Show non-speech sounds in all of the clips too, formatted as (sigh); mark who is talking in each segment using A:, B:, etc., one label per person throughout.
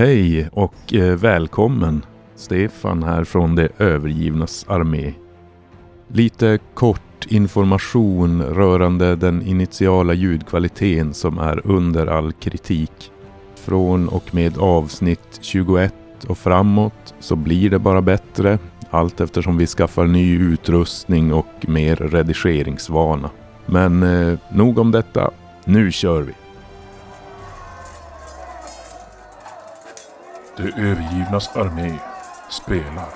A: Hej och eh, välkommen. Stefan här från det övergivnas armé. Lite kort information rörande den initiala ljudkvaliteten som är under all kritik. Från och med avsnitt 21 och framåt så blir det bara bättre allt eftersom vi skaffar ny utrustning och mer redigeringsvana. Men eh, nog om detta. Nu kör vi!
B: Det övergivnas armé spelar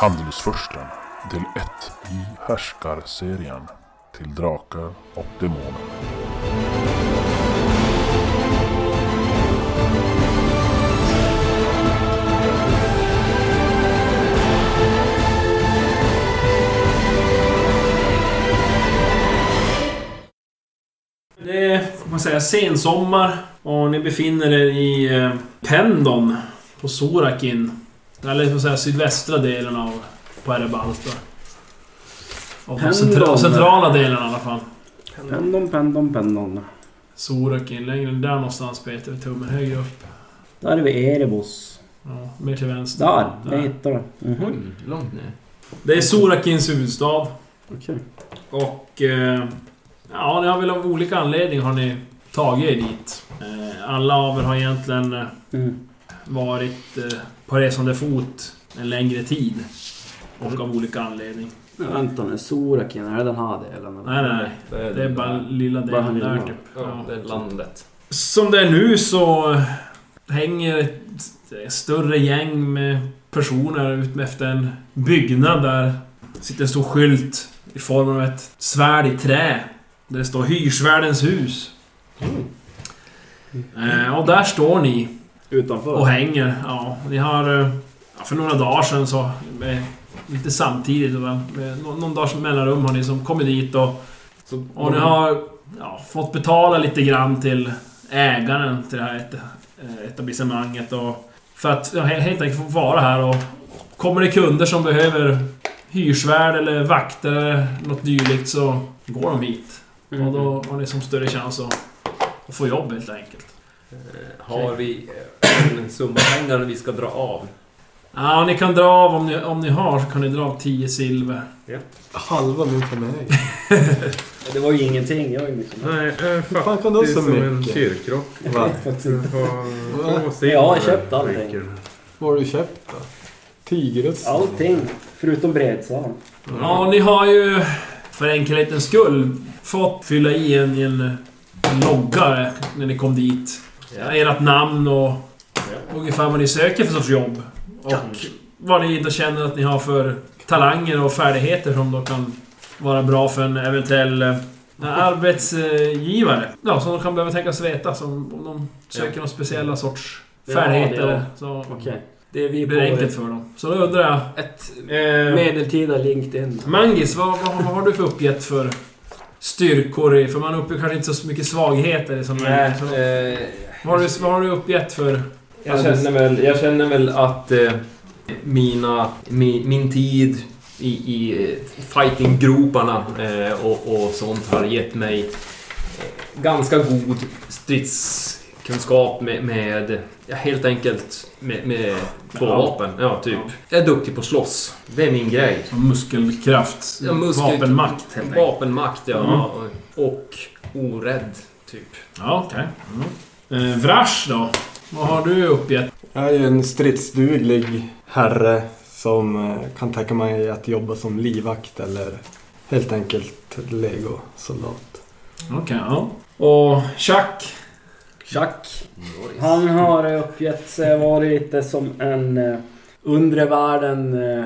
B: Handelsfursten del 1 i Härskarserien till Drakar och Demoner.
C: Det är, får man säga, sensommar och ni befinner er i eh, Pendon på Sorakin. Eller får man säga sydvästra delen av Puerrebalta. Av den centra,
D: Pendon.
C: centrala delen i alla fall.
D: Pendon, pendon, pendon.
C: Sorakin, längre där någonstans Peter. Tummen högre upp.
D: Där är vi Erebos.
C: Ja, mer till vänster.
D: Där, jag hittar det. Mhm.
E: Oj, långt ner.
C: Det är Sorakins huvudstad.
D: Okej.
C: Och... Eh, ja, ni har väl av olika anledningar har ni tagit er dit. Eh, alla av er har egentligen eh,
D: Mm.
C: varit eh, på resande fot en längre tid.
D: Mm.
C: Och av olika anledning.
D: Men Vänta nu, Sorakin, är det den här delen?
C: Nej, nej. Det är bara lilla
D: Bara
C: delen
D: lilla.
C: där typ.
E: Ja,
C: Ja.
E: det är landet.
C: Som det är nu så hänger ett större gäng med personer utmed efter en byggnad där sitter en stor skylt i form av ett svärd i trä. Där det står Hyrsvärdens hus.
E: Mm.
C: Eh, och där står ni
D: Utanför?
C: och hänger. Ja, ni har... eh, ja, För några dagar sedan så... eh, Inte samtidigt, utan eh, nå- någon dags mellanrum har ni som kommit dit och... Och
D: Mm.
C: ni har ja, fått betala lite grann till ägaren till det här et- eh, etablissemanget och... För att ja, he- helt enkelt få vara här och... Kommer det kunder som behöver hyrsvärd eller vakter eller något dylikt så går de hit.
E: Mm.
D: Mm.
C: Och då har ni som större chans att, att få jobb helt enkelt.
E: Eh, Har vi eh, en summa pengar vi ska dra av?
C: Ja, ni kan dra av om ni, om ni har, så kan ni dra av 10 silver.
F: Halva min familj.
D: Det var ju ingenting. Jag är ju liksom...
G: Nej, eh,
F: Hur fan kan
G: det
F: du
G: är
F: så
G: som en
F: mycket?
G: kyrkrock.
F: Va?
G: Två silver
D: Jag har köpt allting.
G: räcker.
F: Vad har du köpt då? Tigrus?
D: Allting. Förutom bredsal.
C: Mm. Ja, ni har ju för enkelhetens skull fått fylla i en, i en logga när ni kom dit.
E: Ja.
C: Ert namn och ungefär vad ni söker för sorts jobb. Och vad ni då känner att ni har för talanger och färdigheter som då kan vara bra för en eventuell eh, arbetsgivare. Ja, som de kan behöva tänkas veta. Som om de söker någon speciella sorts
D: Ja,
C: färdigheter.
D: det är-
C: så
D: Okej. Det är vi
C: Det
D: på
C: blir enkelt för dem. Så då undrar jag...
D: ett
C: Eh,
D: medeltida LinkedIn.
C: Mangis, vad, vad, vad har du för uppgett för styrkor? i- För man uppger kanske inte så mycket svagheter. Som så,
E: Mm. Eh,
C: vad, har du, vad har du uppgett för...
E: jag, känner väl, jag känner väl att eh, mina, mi, min tid i, i eh, fightinggroparna eh, och, och sånt har gett mig eh, ganska god stridskunskap med, med ja, helt enkelt med, med två
C: Ja.
E: vapen. Ja, typ. Jag är duktig på att slåss. Det är min grej.
C: Muskelkraft.
E: Ja, muskel-
C: Vapenmakt, helt enkelt. Mm.
E: Vapenmakt, ja. Och orädd, typ.
C: Ja, okej. Mm. Eh, Vrash då? Vad har du uppgett?
F: Jag är ju en stridsduglig herre som eh, kan tänka mig att jobba som livvakt eller helt enkelt legosoldat.
C: Okej, ja. Och Chuck?
D: Chuck. Han har uppgett sig vara lite som en eh, undre världen... eh,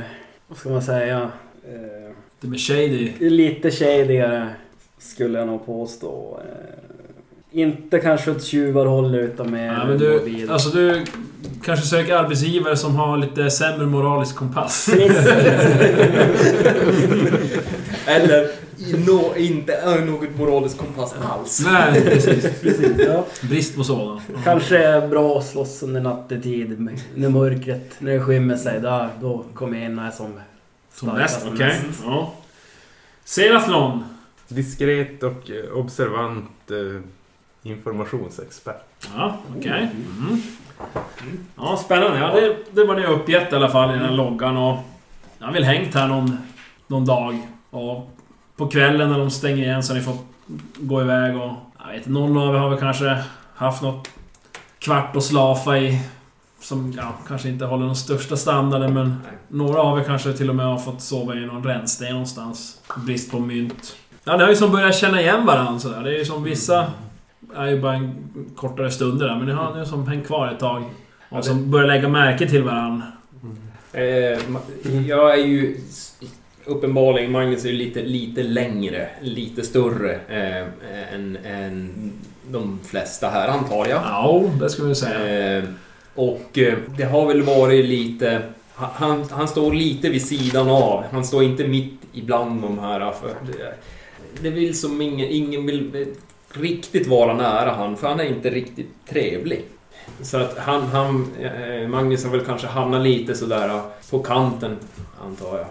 D: Vad ska man säga? Eh,
C: Det med Shady.
D: Lite shadigare skulle jag nog påstå. Eh, inte kanske åt tjuvarhåll utan mer
C: Ja, men du,
D: mobil.
C: alltså du kanske söker arbetsgivare som har lite sämre moralisk kompass.
E: Eller no, inte något moraliskt kompass alls.
C: Nej, precis.
D: ja,
C: Brist på sådan.
D: kanske är bra att slåss under nattetid men när mörkret, när det skymmer sig. Där, då kommer jag in och är som
C: Som
D: starkast
C: bäst,
D: och
C: okej.
D: mest.
C: Ja. Seraflon.
G: Diskret och eh, observant eh, Informationsexpert.
C: Ja, okej. Mm. Ja, spännande. Ja, det, det var det jag uppgett i alla fall i den här loggan. Och jag har väl hängt här någon, någon dag. Och på kvällen när de stänger igen så har ni fått gå iväg och... Jag vet inte, någon av er har väl kanske haft något kvart och slafa i. Som ja, kanske inte håller den största standarden men några har väl kanske till och med har fått sova i någon rännsten någonstans. Brist på mynt. Ja, ni har ju som börjat känna igen varandra sådär. Det är ju som vissa är ju bara en kortare stund där, men nu har ni som hängt kvar ett tag. Och som börjar lägga märke till varandra.
E: Eh, ma- jag är ju... s- Uppenbarligen, Magnus är ju lite, lite längre, lite större eh, än, än de flesta här antar jag.
C: Ja, det skulle jag säga.
E: Eh, och eh, det har väl varit lite... han- Han, han står lite vid sidan av. Han står inte mitt ibland de här. För det, det vill som ingen, ingen vill eh, riktigt vara nära han, för han är inte riktigt trevlig. Så att han, han eh, Magnus har väl kanske hamnat lite sådär eh, på kanten, antar jag.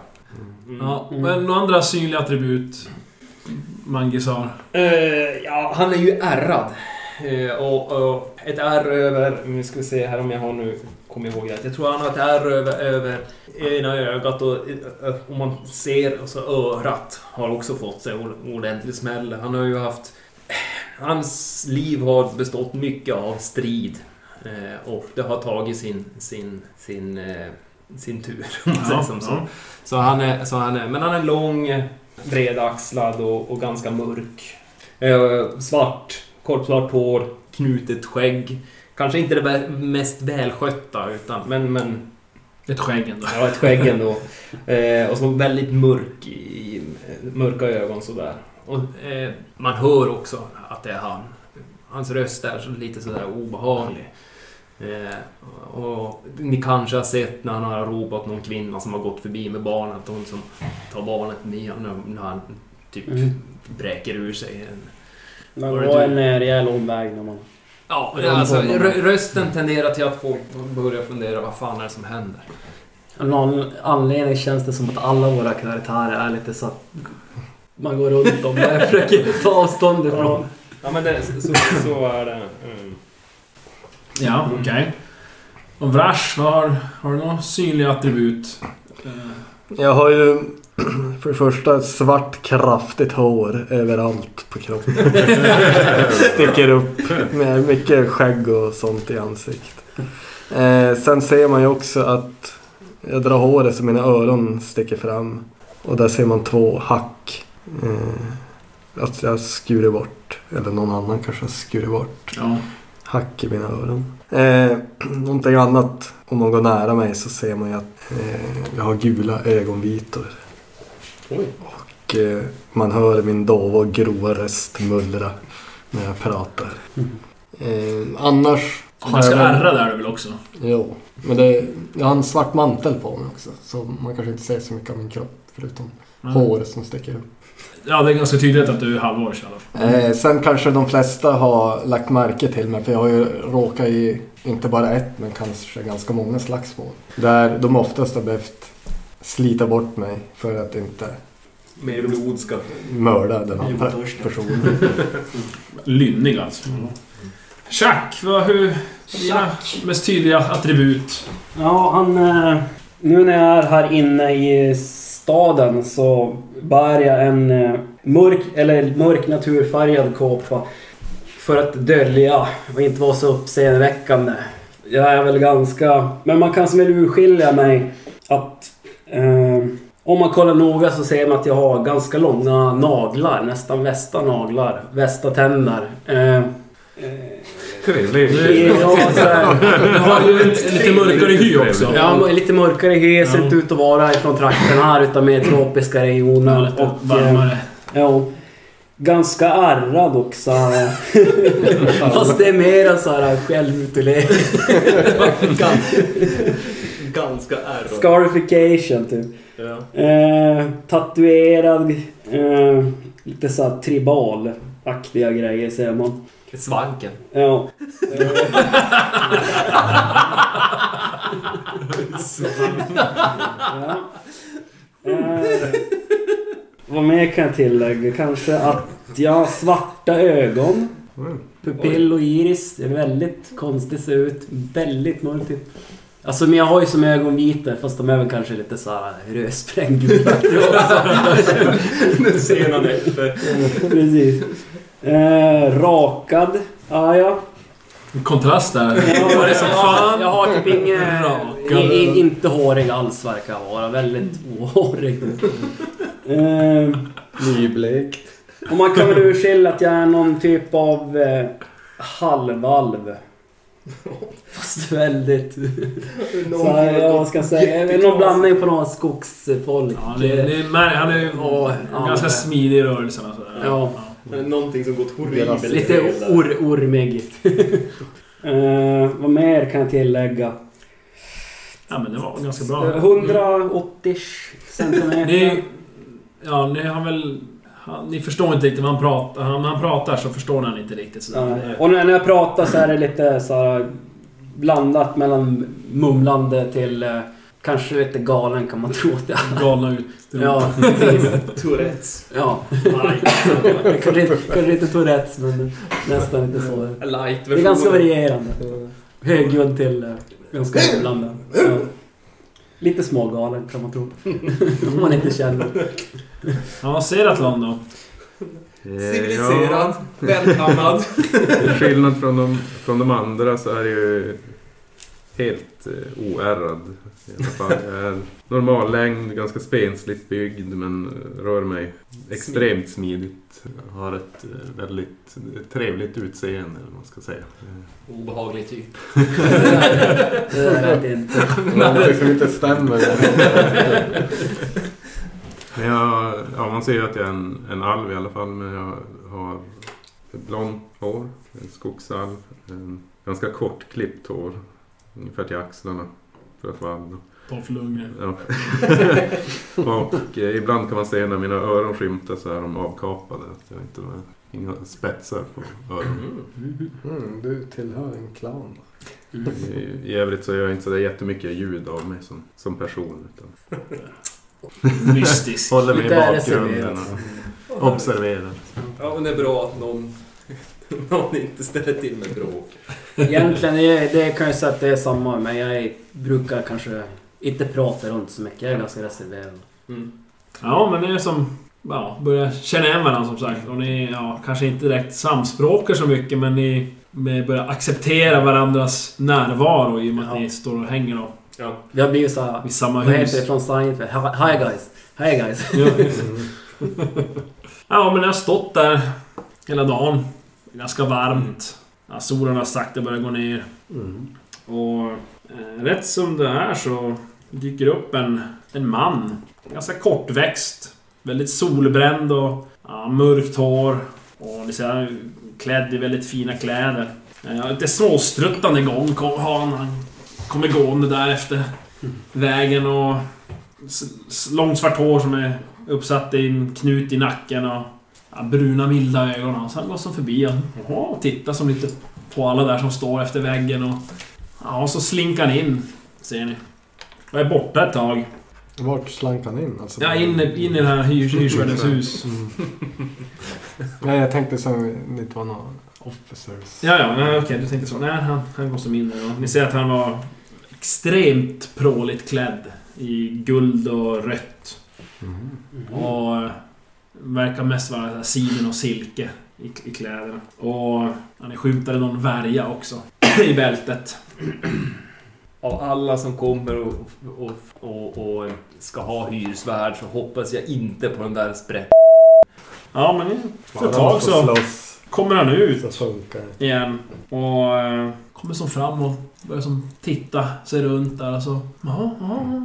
E: Mm.
C: Ja, men några andra synliga attribut Mangis har?
E: Eh, ja, han är ju ärrad. Eh, och, och ett ärr över... Nu ska vi se här om jag har nu... Kommer ihåg rätt. Jag tror han har ett ärr över, över ena ögat och eh, om man ser och så örat har också fått sig en ordentlig smäll. Han har ju haft... Hans liv har bestått mycket av strid. Eh, och det har tagit sin, sin, sin, eh, sin tur, om man säger
C: Ja,
E: som så.
C: ja.
E: Så han är, så han är, men han är lång, bredaxlad och, och ganska mörk. Eh, svart, korpsvart hår, knutet skägg. Kanske inte det vä- mest välskötta, utan, men, men
C: Ett skägg ändå.
E: ja, ett skägg ändå. Eh, och så väldigt mörk i, eh, mörka ögon sådär. Och, eh, man hör också att det är han. Hans röst är så lite sådär obehaglig. Eh, och ni kanske har sett när han har ropat någon kvinna som har gått förbi med barnet. Hon som tar barnet med honom när han typ
D: Mm.
E: bräker ur sig en
D: Man
E: Var det
D: går
E: du?
D: en eh, rejäl omväg när man...
E: Ja,
D: Eller
E: alltså,
D: omformar
E: rö-
D: man.
E: rösten tenderar till att folk börjar fundera vad fan är det som händer?
D: Av någon anledning känns det som att alla våra karaktärer är lite så att man går runt dem och försöker ta avstånd ifrån.
E: Ja, men så, så är det. Mm.
C: Ja, okej. Och Vrash, vad har, har du några synliga attribut? Eh,
F: Jag har ju (clears throat) för det första ett svart kraftigt hår överallt på kroppen. Sticker upp med mycket skägg och sånt i ansiktet. Eh, sen ser man ju också att jag drar håret så mina öron sticker fram. Och där ser man två hack. Eh, att jag skurit bort. Eller någon annan kanske har skurit bort
C: Ja.
F: hack i mina öron. Eh, (clears throat) någonting annat, om någon går nära mig så ser man ju att eh, jag har gula ögonvitor.
E: Oj.
F: Och eh, man hör min dova och grova röst mullra när jag pratar. Eh, annars
C: Om man ska
F: jag väl-
C: ärra där är det väl också?
F: Jo, men det, jag har en svart mantel på mig också. Så man kanske inte ser så mycket av min kropp förutom
C: Mm.
F: hår som sticker upp.
C: Ja, det är ganska tydligt att du är halvårs i alla fall.
F: Eh, sen kanske de flesta har lagt märke till mig för jag har ju råkat i inte bara ett men kanske ganska många slagsmål. Där de oftast har behövt slita bort mig för att inte
E: Mer blod ska...
F: mörda den andra
C: (laughs)
F: personen.
C: Lynnig alltså. Chuck, vad, hur... Dina mest tydliga attribut?
D: Ja, han... eh, Nu när jag är här inne i staden så bär jag en eh, mörk, eller mörk naturfärgad kåpa. För att dölja och inte vara så uppseendeväckande. Jag är väl ganska... Men man kan som väl urskilja mig att... Eh, om man kollar noga så ser man att jag har ganska långa naglar. Nästan västa naglar. Västa tänder. Eh, eh,
G: Trevlig.
D: (laughs) ja, så här,
C: Du har ju en, en lite mörkare hy också.
D: Ja, men lite mörkare hy. Ser
C: Ja.
D: inte ut att vara ifrån trakten här utan mer tropiska regioner.
C: Och lite
D: och, eh,
C: varmare.
D: ja, ganska ärrad också.
C: (laughs)
D: Fast det är mera så här självmutilering.
E: (laughs) Ganska ärrad.
D: Scarification typ.
E: Ja.
D: Eh, tatuerad. Eh, lite så här tribal-aktiga grejer ser man.
E: (laughs) Svanken.
D: Ja. Ja. Eh, vad mer kan jag tillägga? Kanske att jag har svarta ögon. Pupill och iris. Det är väldigt konstigt ser ut. Väldigt multigt. Alltså men jag har ju som ögonvita fast de är väl kanske lite såhär rödsprängda.
E: Den senan efter.
D: Precis. Eh, rakad. Ah, ja.
C: Kontrast där.
D: Ja,
C: Det var det som
D: jag-
C: fan.
D: Jag har typ inget...
C: Rakad.
D: i- i- Inte hårig alls verkar jag vara. Väldigt ohårig. Ehm,
F: Nyblekt.
D: och man kan väl urskilja att jag är någon typ av eh, halvalv. Fast väldigt... Så här, ja, vad ska jag säga? Det är Någon blandning på några skogsfolk.
C: Ja, det, det är mär, han är ju
D: Ja, ja,
C: ganska
D: det-
C: smidig i rörelserna. Sådär.
D: Ja.
E: Någonting som gått
F: Deras-
E: horribelt
D: Lite or ormig. (laughs) Eh, vad mer kan jag tillägga?
C: Ja, men det var ganska bra.
D: Eh, 180 centimeter.
C: Ni, ja, ni har väl... Han, ni förstår inte riktigt vad han pratar. Han, när han pratar så förstår han inte riktigt.
D: Ja,
C: Sådär. Det-
D: Och när när jag pratar så är det lite så här blandat mellan mumlande till eh, kanske lite galen kan man tro att jag är.
C: Galna ut.
D: Ja, precis.
E: Tourettes.
D: (laughs) Ja. kanske, inte- kanske inte Tourettes men nästan lite så.
E: Light
D: Det är ganska varierande. Högljudd till eh, ganska mumlande. Ja. Lite smågalen kan (laughs) man tro. Om man inte (laughs) känner.
C: (laughs) Ja, Seratlon då.
E: Civiliserad,
G: (laughs)
E: välkammad.
G: Till skillnad från de, från de andra så är jag ju helt eh, oärrad. I alla fall. Jag är normal längd, ganska spensligt byggd men eh, rör mig extremt smidigt. Jag har ett eh, väldigt trevligt utseende eller vad man ska säga.
E: Obehaglig typ.
D: Det där- det där är det inte.
F: Någonting som inte stämmer.
G: (laughs) Men jag, ja, man ser ju att jag är en, en alv i alla fall men jag har blont hår, en skogsalv, en ganska kortklippt hår, ungefär till axlarna för att vara alv. då.
C: Dolph Lundgren.
G: Ja. (laughs) och eh, ibland kan man se när mina öron skymtar så är de avkapade. Att jag inte har inga spetsar på öronen.
F: Mm, du tillhör en clown.
G: I, I övrigt så gör jag inte så där jättemycket ljud av mig som, som person. Utan (laughs)
C: Mystisk.
G: håller mig i
D: Lite
G: bakgrunden
D: reserverat.
G: och observerar.
E: Ja, men det är bra att någon, (laughs) någon inte ställer till med bråk.
D: Egentligen, det, det kan jag säga att det är samma, men jag brukar kanske inte prata runt så mycket. Jag är ganska reserverad.
E: Mm.
C: Ja, men det är som... Ja, börjar känna igen varandra som sagt. Och ni ja, kanske inte direkt samspråkar så mycket, men ni med- börjar acceptera varandras närvaro i och med att
D: Ja.
C: ni står och hänger då,
E: Ja.
D: Vi har blivit såhär...
C: vid samma
D: Vad heter det
C: hus.
D: från Seinfeld? Hi hi guys! Hi
C: (laughs)
D: guys!
C: Ja. ja, men jag har stått där hela dagen. Ganska varmt. Ja, solen har sakta börjat gå ner.
F: Mm.
C: Och eh, rätt som det är så dyker upp en, en man. Ganska kortväxt. Väldigt solbränd och ja, mörkt hår. Och ni ser, han är klädd i väldigt fina kläder. Eh, lite småstruttande gång kom, har han. Han kommer gående där efter vägen och s- s- långt svart hår som är uppsatt i en knut i nacken och ja, bruna milda ögon. Och Så han går som förbi och, "Jaha", och tittar som lite på alla där som står efter väggen och Ja, och så slinkar han in, ser ni. Och är borta ett tag.
F: Vart slank han in? Alltså,
C: Ja, in, in i det här hyrs, hyrsvärdens hus.
F: Mm. Nej, jag tänkte som det var någon officers.
C: Ja, ja, nej, okej, du tänkte så. Nej, han, han går som in där. och Ni ser att han var extremt pråligt klädd. I guld och rött.
F: Mm.
C: Mhm. Och verkar mest vara så här siden och silke i, i kläderna. Och han är skymtade någon värja också. (clears throat) I bältet.
E: Av alla som kommer och, och, och, och ska ha hyresvärd så hoppas jag inte på den där sprätt.
C: Ja, men för ett
F: Bara man
C: tag
F: får
C: så
F: slåss
C: kommer han ut.
F: så funkar det.
C: igen. Och eh, kommer som fram och börjar som titta sig runt där och så... Jaha, jaha.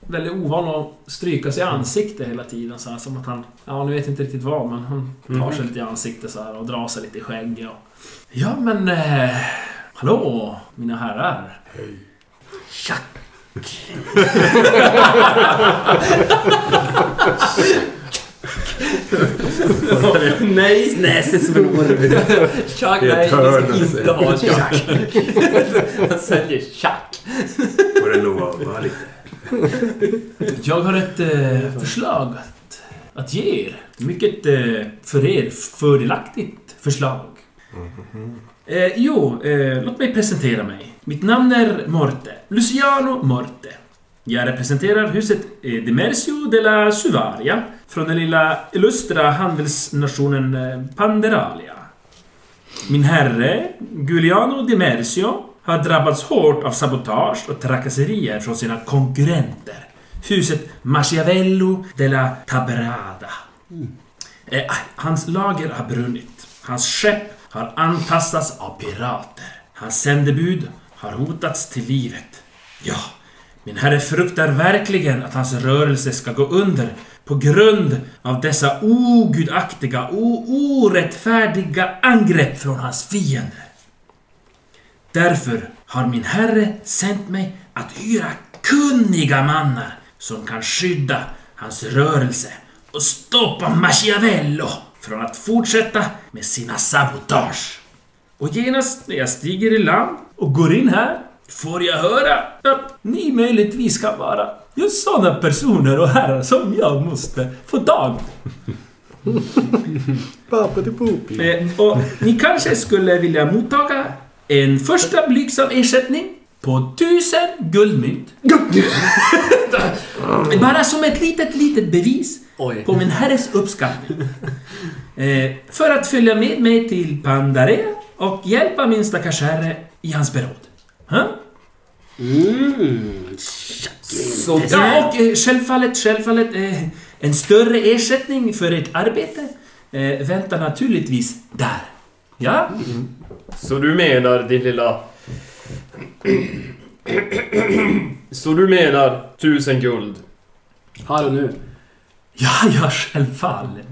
C: Väldigt ovan att stryka sig i ansiktet hela tiden så här, som att han... Ja, nu vet inte riktigt vad men han tar sig lite i ansiktet så här och drar sig lite i skägget och... Ja men... Eh, hallå mina herrar. Hej. Tjack.
E: Nej!
D: Snäset som en orm.
E: Chuck,
G: Det är
E: nej,
G: ett hörn
E: vi
G: alltså.
E: ska inte ha Chuck. Han säljer Chuck.
G: Och det lovar lite.
C: Jag har ett eh, förslag att, att ge er. Mycket eh, för er fördelaktigt förslag. Eh, jo, eh, låt mig presentera mig. Mitt namn är Morte. Luciano Morte. Jag representerar huset eh, Demersio della Suvaria från den lilla illustra handelsnationen eh, Panderalia. Min herre, Giuliano Demersio, har drabbats hårt av sabotage och trakasserier från sina konkurrenter. Huset Machiavello della Taberada. Eh, Hans lager har brunnit. Hans skepp har antastats av pirater. Hans sändebud har hotats till livet. Ja, min herre fruktar verkligen att hans rörelse ska gå under på grund av dessa ogudaktiga och orättfärdiga angrepp från hans fiender. Därför har min herre sänt mig att hyra kunniga mannar som kan skydda hans rörelse och stoppa Machiavello från att fortsätta med sina sabotage. Och genast när jag stiger i land och går in här får jag höra att ni möjligtvis kan vara just sådana personer och herrar som jag måste få tag
F: Pappa till Poopy.
C: Eh, och ni kanske skulle vilja mottaga en första blygsam ersättning på 1000 (laughs) guldmynt. Bara som ett litet, litet bevis
E: Oj.
C: på min herres uppskattning. Eh, för att följa med mig till Pandare och hjälpa min stackars herre i hans beråd. Huh?
D: Mm.
C: Ja, och eh, självfallet, självfallet eh, en större ersättning för ert arbete eh, väntar naturligtvis där. Ja?
E: Så du menar din lilla... Så du menar tusen guld
D: Här och nu.
C: Ja, ja, självfallet.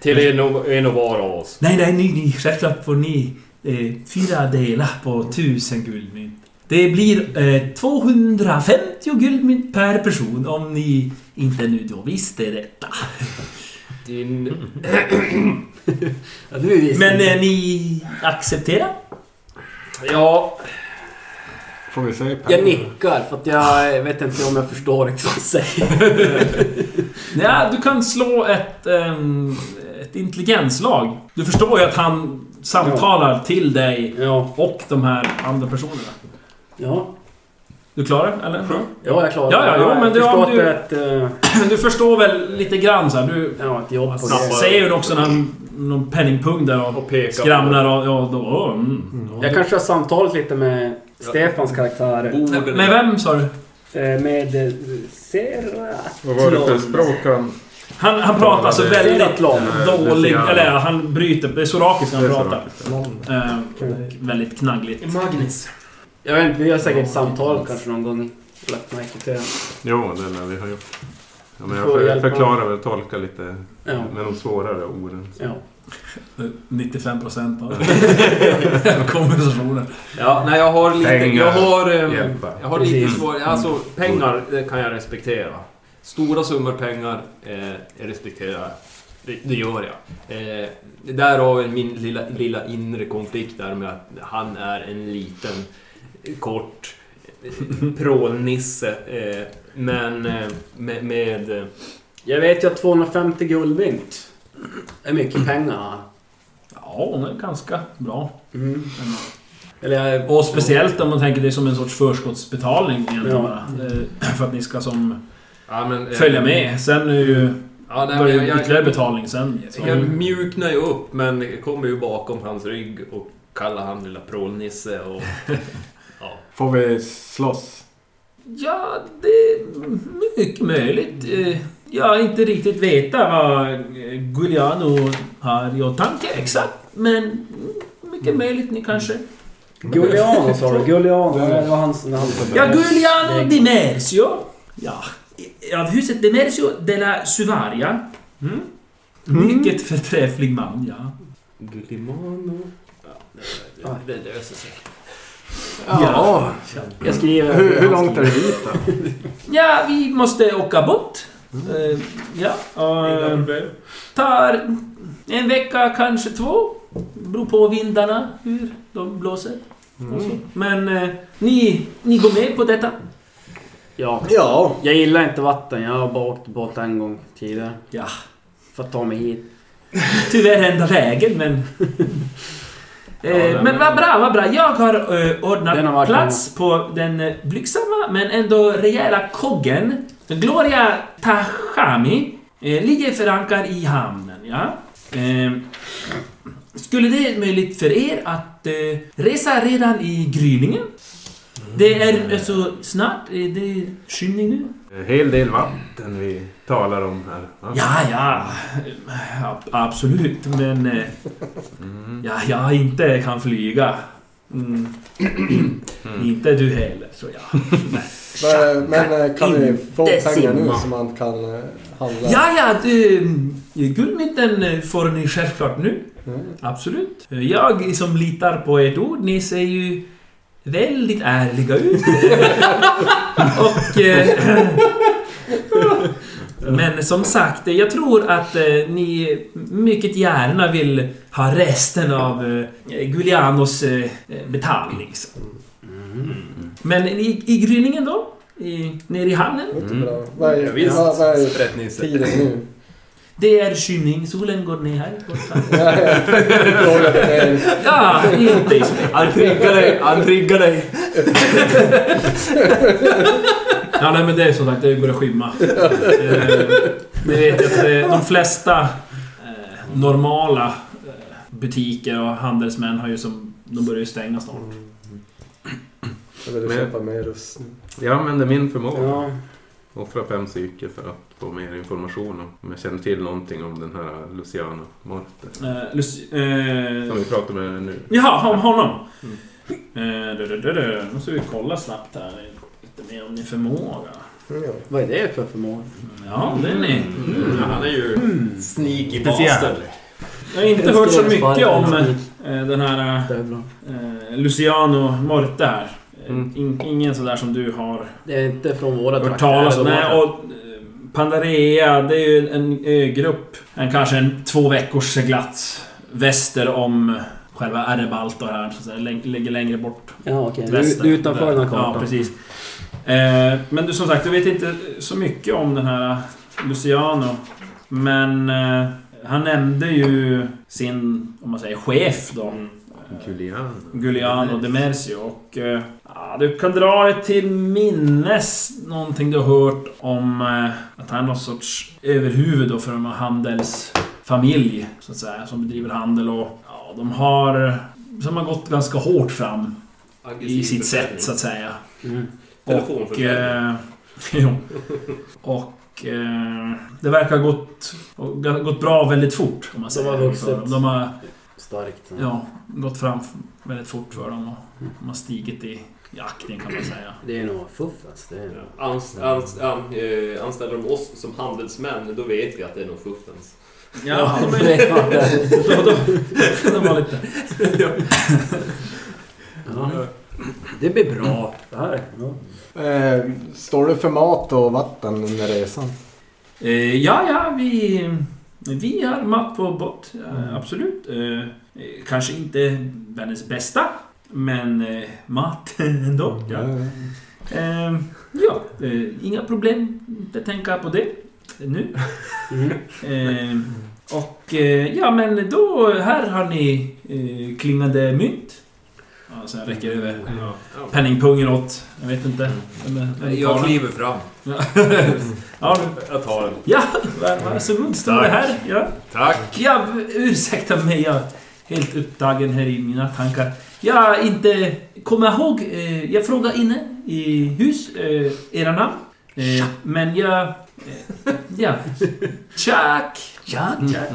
E: till en och, en och var av oss?
C: Nej, nej, ni, ni, självklart får ni eh, fyra delar på tusen guldmynt. Det blir eh, 250 guldmynt per person om ni inte nu då visste detta.
E: Din...
D: Ja, nu är vi
C: Men eh, ni accepterar?
E: Ja,
F: Får vi se
D: eh, Jag nickar för att jag eh, vet inte om jag förstår exakt vad han säger.
C: Ja, du kan slå ett, ehm, ett intelligenslag. Du förstår ju att han samtalar till dig
D: Ja,
C: och de här andra personerna.
D: ja,
C: Du klarar det, eller?
D: ja jag klarar
C: Ja, ja, jo,
D: jag
C: men det-
D: förstår
C: om
D: att
C: du-
D: det är ett, eh,
C: Du förstår väl lite grann så här. Du
D: ja, ett jobb
C: Alltså,
D: på
E: Snappar.
D: det.
C: säger ju också någon, någon penningpung där och
E: och peka. på-
C: skramlar och, och då... åh, mm.
D: Jag kanske har samtalat lite med Stefans karaktär.
E: Borden.
C: Med vem sa du?
D: eh, Med eh, Seratlon.
G: Vad var det för språk han...
C: Han, han pratar alltså väldigt
D: Seratlon.
C: dålig...
G: Eh,
C: Eller han bryter... Det är sorakiska han
G: Det är
C: pratar. Eh,
D: Okej.
C: väldigt knaggligt.
E: Magnus.
D: Jag vet inte, vi har säkert samtalat kanske någon gång. Lagt märke till det.
G: Jo, det lär vi ha gjort. Ja, men jag
D: Får
G: för- jag
D: hjälpa.
G: förklarar väl, tolkar lite
D: Ja,
G: med de svårare orden.
D: ja.
C: 95% av (laughs) konversationen.
E: Ja, nej jag har lite...
G: Pengar.
E: Jag har... ehm,
G: Hjälpa.
E: Jag har lite
D: Precis.
E: svårt...
C: Mm.
E: Alltså, pengar det kan jag respektera. Stora summor pengar eh, respekterar jag. Det, det gör jag. Eh, därav min lilla, lilla inre konflikt där med att han är en liten, kort
C: (laughs)
E: eh, prålnisse. Eh, men eh, med... med eh,
D: Jag vet ju att 250 guldmynt är mycket pengar.
C: Ja, hon är ganska bra.
D: Mm. Eller jag...
C: eh, Och speciellt om man tänker det som en sorts förskottsbetalning egentligen
D: Ja.
C: bara. Eh, För att ni ska som
E: ja, men, eh,
C: följa med. Sen är ju...
E: Ja, nej, men
C: börjar
E: jag,
C: ju ytterligare Mm.
E: jag, jag,
C: betalning sen. Så.
E: jag mjuknar ju upp men kommer ju bakom hans rygg och kallar han lilla prålnisse och... Ja.
F: Får vi slåss?
C: Ja, det är mycket möjligt. Eh, Jag har inte riktigt veta vad eh, Giuliano har i åtanke exakt. Men mm, mycket möjligt ni kanske...
D: Giuliano sa du? Giuliano, det var hans namn.
C: Ja, Giuliano Di Mersio. Ja. i- Av huset Di Mersio della Suvaria. Mm. Mycket förträfflig man, ja.
E: Glimano. Ja, det, det, det löser sig.
F: Ja.
D: Jag skriver...
F: Hur, hur långt är det dit då?
C: Ja, vi måste åka bort. Eh, Ja, och eh, tar en vecka, kanske två. Beror på vindarna, hur de blåser. och så. Men eh, ni, ni går med på detta?
D: Ja.
F: Ja.
D: Jag gillar inte vatten. Jag har bara åkt båt en gång tidigare.
C: Ja.
D: För att ta mig hit.
C: Tyvärr enda vägen, men... Eh,
E: Ja, den-
C: men vad bra, vad bra. Jag har eh, ordnat
D: Den har varit
C: plats på den eh, blygsamma men ändå rejäla koggen. Gloria Tachami eh, ligger förankrad i hamnen, ja. Eh, skulle det vara möjligt för er att eh, resa redan i gryningen? Det är
D: Mm.
C: alltså snart, eh, det är skymning nu.
G: En hel del vatten vi talar om här. va?
C: Ja, ja. Ab- Absolut, men... eh, Ja, jag inte kan flyga. Mm. (clears throat) Inte du heller, så ja.
F: Men, men eh, kan vi få
C: Inte
F: pengar nu
C: simma.
F: så man kan eh, handla?
C: Ja, ja, du... eh, Guldmynten eh, får ni självklart nu.
F: Mm.
C: Absolut. Eh, Jag som litar på ert ord, ni ser ju väldigt ärliga ut. Och... Eh, (clears throat) men som sagt, eh, jag tror att eh, ni mycket gärna vill ha resten av eh, Giulianos eh, eh, betalning. så. Men i, i gryningen då? I, nere i hamnen?
F: Det låter
G: Mm.
F: bra. Vad
E: Ja,
F: är,
E: visst.
F: vad, vad är
E: Sprätt Nisse.
F: tiden nu?
C: Det är skymning, solen går ner.
F: Jag frågar dig.
C: (laughs) Ja, inte i spel.
E: Han triggar dig, han triggar dig.
C: Ja, nej, men det är som sagt, det börjar skymma. Eh, Ni vet ju att eh, de flesta eh, normala eh, butiker och handelsmän har ju som... De börjar ju stänga snart.
F: Jag vill
G: Men-
F: köpa mer rustning.
G: Jag använder min förmåga.
D: Ja.
G: Offra fem psyke för att få mer information om, om jag känner till någonting om den här Luciano Morte.
C: Eh, Lucy, eh,
G: Som vi pratar med nu.
C: Jaha, om honom. Eh, du, du, du, du. Nu ska vi kolla snabbt här. Lite mer om din förmåga.
F: Ja.
D: Vad är det för förmåga?
C: Ja, det är ni.
E: Mm, Han är ju sneaky
C: Speciell.
E: master.
C: Jag har inte hört så mycket om eh, den här... eh, Eh, Luciano Morte här. Eh,
G: Mm.
C: In, ingen sådär som du har
D: Det är inte från våra
C: hört talas om. Nej, och eh, Pandarea, det är ju en ögrupp. En kanske en två veckors seglats väster om själva Erebaltor här. Så att säga, läng- ligger längre bort.
D: Ja, okej. Du,
C: väster.
D: du är utanför den här kartan.
C: Ja, precis. Eh, men du, som sagt, du vet inte så mycket om den här Luciano. Men eh, han nämnde ju sin, om man säger, chef då.
D: Mm.
C: Eh,
G: Giuliano.
C: Giuliano de Mercio och... eh, ja, du kan dra dig till minnes någonting du har hört om eh, att han är någon sorts överhuvud då för en handelsfamilj, så att säga, som bedriver handel och... Ja, de har... eh, Som har gått ganska hårt fram i sitt sätt, så att säga.
D: Mm.
C: Och... Eh, (laughs) jo. Och... Eh, det verkar ha gått, gått bra väldigt fort, om man
D: De
C: säger.
D: har vuxit.
C: För dem. De har,
D: Starkt.
C: ja, gått fram väldigt fort för dem och de har stigit i, i akten kan man säga.
D: Det är nog fuffens. Det är nog...
E: Anst, anst, an, eh, anställer de oss som handelsmän, då vet vi att det är nog fuffens.
C: Ja, de, är,
D: det var det.
C: de, de, de var lite...
D: Ja. Det blir bra. Det här. Ja.
F: Eh, står du för mat och vatten under resan?
C: Eh, ja, ja, vi... Vi har mat på båt, eh, absolut. Eh, eh, kanske inte världens bästa, men eh, mat ändå. Ja,
F: Eh,
C: eh, ja eh, inga problem. Inte tänka på det nu.
D: Mm.
C: Eh, och eh, ja, men då här har ni eh, klingande mynt. Ja, så jag räcker över
E: Ja.
C: penningpungen åt, jag vet inte. Vem, är- vem tar
E: Jag
C: den?
E: kliver fram.
C: (laughs) ja,
E: Jag tar den.
C: ja, var- varsågod. Står det här. Ja.
E: Tack!
C: ja, ursäkta mig. Jag är helt upptagen här i mina tankar. Jag inte kommer ihåg. Eh, jag frågade inne i hus eh, era namn. Eh, men jag... Eh, ja. Jack. Ja, Jack.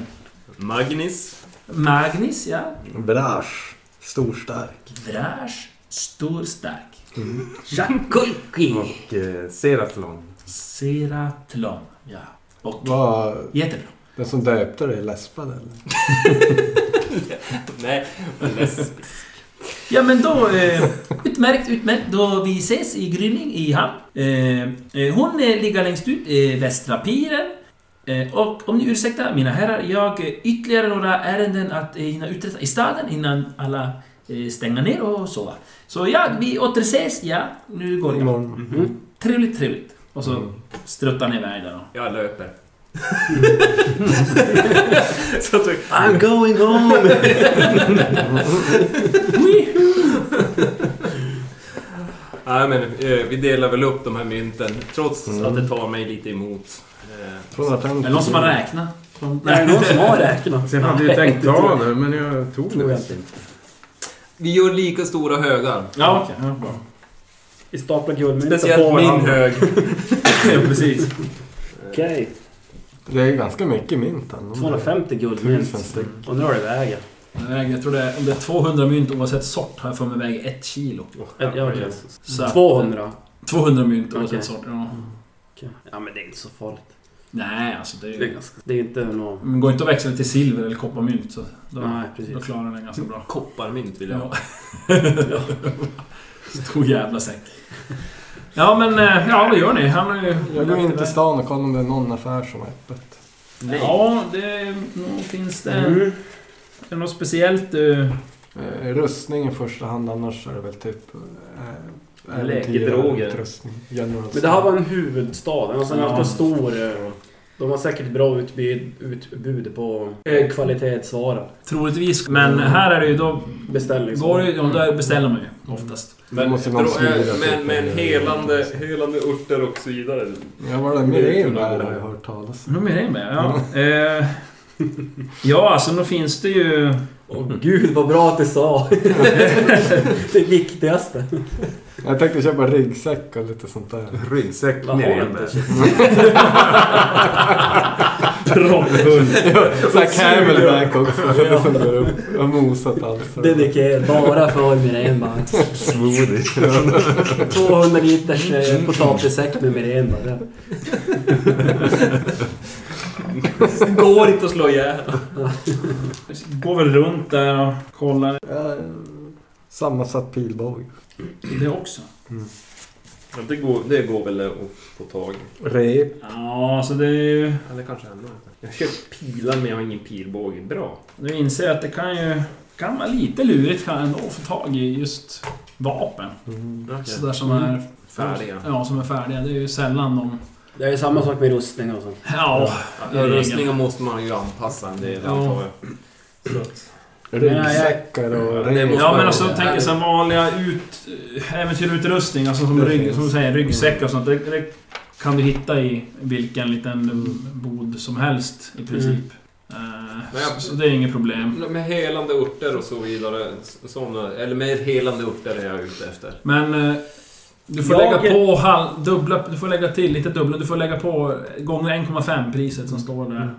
E: Magnus.
C: Magnus, ja.
F: Brash. Storstark.
C: Vrash, stor, stark.
D: Chakulki.
G: Och eh, Seraflon.
C: Seratlon, ja. Och
F: Var
C: jättebra.
F: den som döpte dig läspad eller?
E: Nej, men less.
C: Ja men då, eh, utmärkt, utmärkt. Då vi ses i Gryning i hamn. Eh, eh, hon eh, ligger längst ut, eh, västra piren. Eh, och om ni ursäktar mina herrar, jag eh, ytterligare några ärenden att eh, hinna uträtta i staden innan alla eh, stänger ner och sova. Så ja, vi återses, ja. Nu går jag.
F: Imorgon.
E: Mhm.
C: Trevligt, trevligt. Och så struttar ni iväg där då.
E: Jag löper. Så att du,
F: I'm going
D: (laughs)
F: home!
E: nej men eh, vi delar väl upp de här mynten trots att det tar mig lite emot. Eh,
F: 250.
C: Är det någon som har räknat?
D: Nej, det är någon som har räknat.
G: Alltså jag hade ju
E: (laughs)
D: Nej,
G: tänkt
D: det tror
G: ta
D: jag.
G: det, men jag tog det
D: Tror jag
G: visst inte.
E: Vi gör lika stora högar.
C: Ja, okej. Ja, bra.
D: Vi staplar guldmynten
E: Speciellt min
D: varandra.
E: hög.
C: Ja, precis.
D: Okej,
F: Det är ganska mycket mynt ändå.
D: 250
F: Tusen
D: guldmynt.
F: styck.
D: Och nu har det vägen.
C: Den väger, jag tror det är, om det är 200 mynt oavsett sort har jag för mig väger ett kilo.
D: Ja, okej.
C: Så att-
D: 200?
C: 200 mynt oavsett
D: Okej.
C: sort. Ja.
D: Okej. Ja men det är inte så farligt.
C: Nej, alltså det, är, ju-
D: Det är inte någon...
C: Men går inte att växla till silver eller kopparmynt så då,
D: Nej
C: då
D: precis.
C: klarar den ganska
E: (laughs)
C: bra.
E: Kopparmynt vill jag ha.
C: Ja. (laughs) Stor jävla säck. Ja men, eh, ja vad gör ni? Han har ju...
F: Jag går in till stan och kollar om det är någon affär som är öppet.
C: Ja, det nog finns det...
D: Mm.
C: Är det något speciellt du...
F: Eh, Rustning i första hand, annars är det väl typ... eh, äventyr-
E: Läkedroger.
F: utrustning. General
D: Men det här var en huvudstad. Alltså en
C: Ja.
D: ganska stor... eh, De har säkert bra utbud, utbud på eh, kvalitetsvara.
C: Troligtvis. Men här är det ju då...
D: Beställning.
C: Går det, ja, där beställer man ju oftast.
F: Det måste någon smida typ
E: men, men
F: en-
E: helande, helande urter och så vidare.
F: Ja, var det Mirenberg har jag hört talas om.
C: Nu är det med, ja.
F: Mm.
C: Eh, ja, alltså då finns
F: (laughs)
C: det ju...
D: Åh gud vad bra att du sa! (laughs) det viktigaste.
F: Jag tänkte köpa ryggsäck och lite sånt där.
G: Ryggsäck
D: Vad har han
G: Mirenberg.
D: inte? Trollhund.
F: Sån här camelback också. Det som går upp och mosat alltså.
D: Dedikerad bara för Mirenberg. (laughs)
A: Smoothie.
D: 200 liters eh, potatissäck med Mirenberg.
E: Går inte att slå ihjäl.
C: Går väl runt där och kollar.
F: Ja, Sammansatt pilbåge.
C: Det också.
E: Men det, går, det går väl att få tag i.
F: Rep.
C: Ja, så det är ju...
E: Eller kanske ändå inte. Jag köpt pilar men jag har ingen pilbåge. Bra.
C: Du inser jag att det kan ju... kan vara lite lurigt kan ändå få tag i just vapen.
E: Mm.
C: Sådär som är...
E: Färdiga.
C: Ja, som är Mm. färdiga. Det är ju sällan de...
D: Det är samma sak med rustning och sånt.
C: Ja, i
E: Ja,
C: regel.
E: rustningen måste man ju anpassa en del
C: Ja.
E: antar jag. Så att-
F: Ryggsäckar och
E: Det
F: rep.
E: måste
C: Ja
E: man-
C: men alltså tänk er såhär vanliga ut, äventyrutrustning, alltså som,
F: Det
C: rygg,
F: finns.
C: som du säger, ryggsäck och sånt. Det, det kan du hitta i vilken liten bod som helst i princip.
D: Mm.
C: Eh,
E: Men jag-
C: Så det är inget problem.
E: Med helande urter och så vidare. Såna, eller med helande urter är jag ute efter.
C: Men eh, du får
D: Jag-
C: lägga på halv, dubbla, du får lägga till lite dubbla, du får lägga på eh, gånger 1,5 priset som står
D: Mm.
C: där.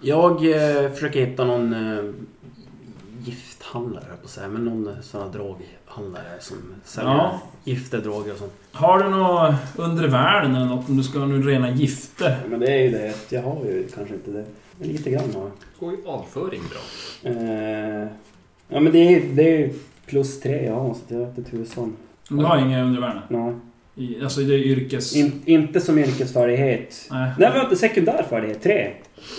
D: Jag eh, försöker hitta någon eh, gifthandlare, höll jag på att säga, men någon eh, sån här droghandlare som säljer
C: Ja.
D: gifter, droger och sånt.
C: Har du något under världen eller något om du ska ha nu rena gifter?
D: Men det är ju det, jag har ju kanske inte det. Men lite grann har jag.
E: Går ju avföring bra.
D: Eh, ja men det är ju det är ju plus tre jag har, så det är inte tusan.
C: Du har inga under världen?
D: Nej.
C: I, alltså det är yrkes...
D: In, inte som yrkesfärdighet.
C: Nej.
D: Nej, vänta, sekundär färdighet, tre.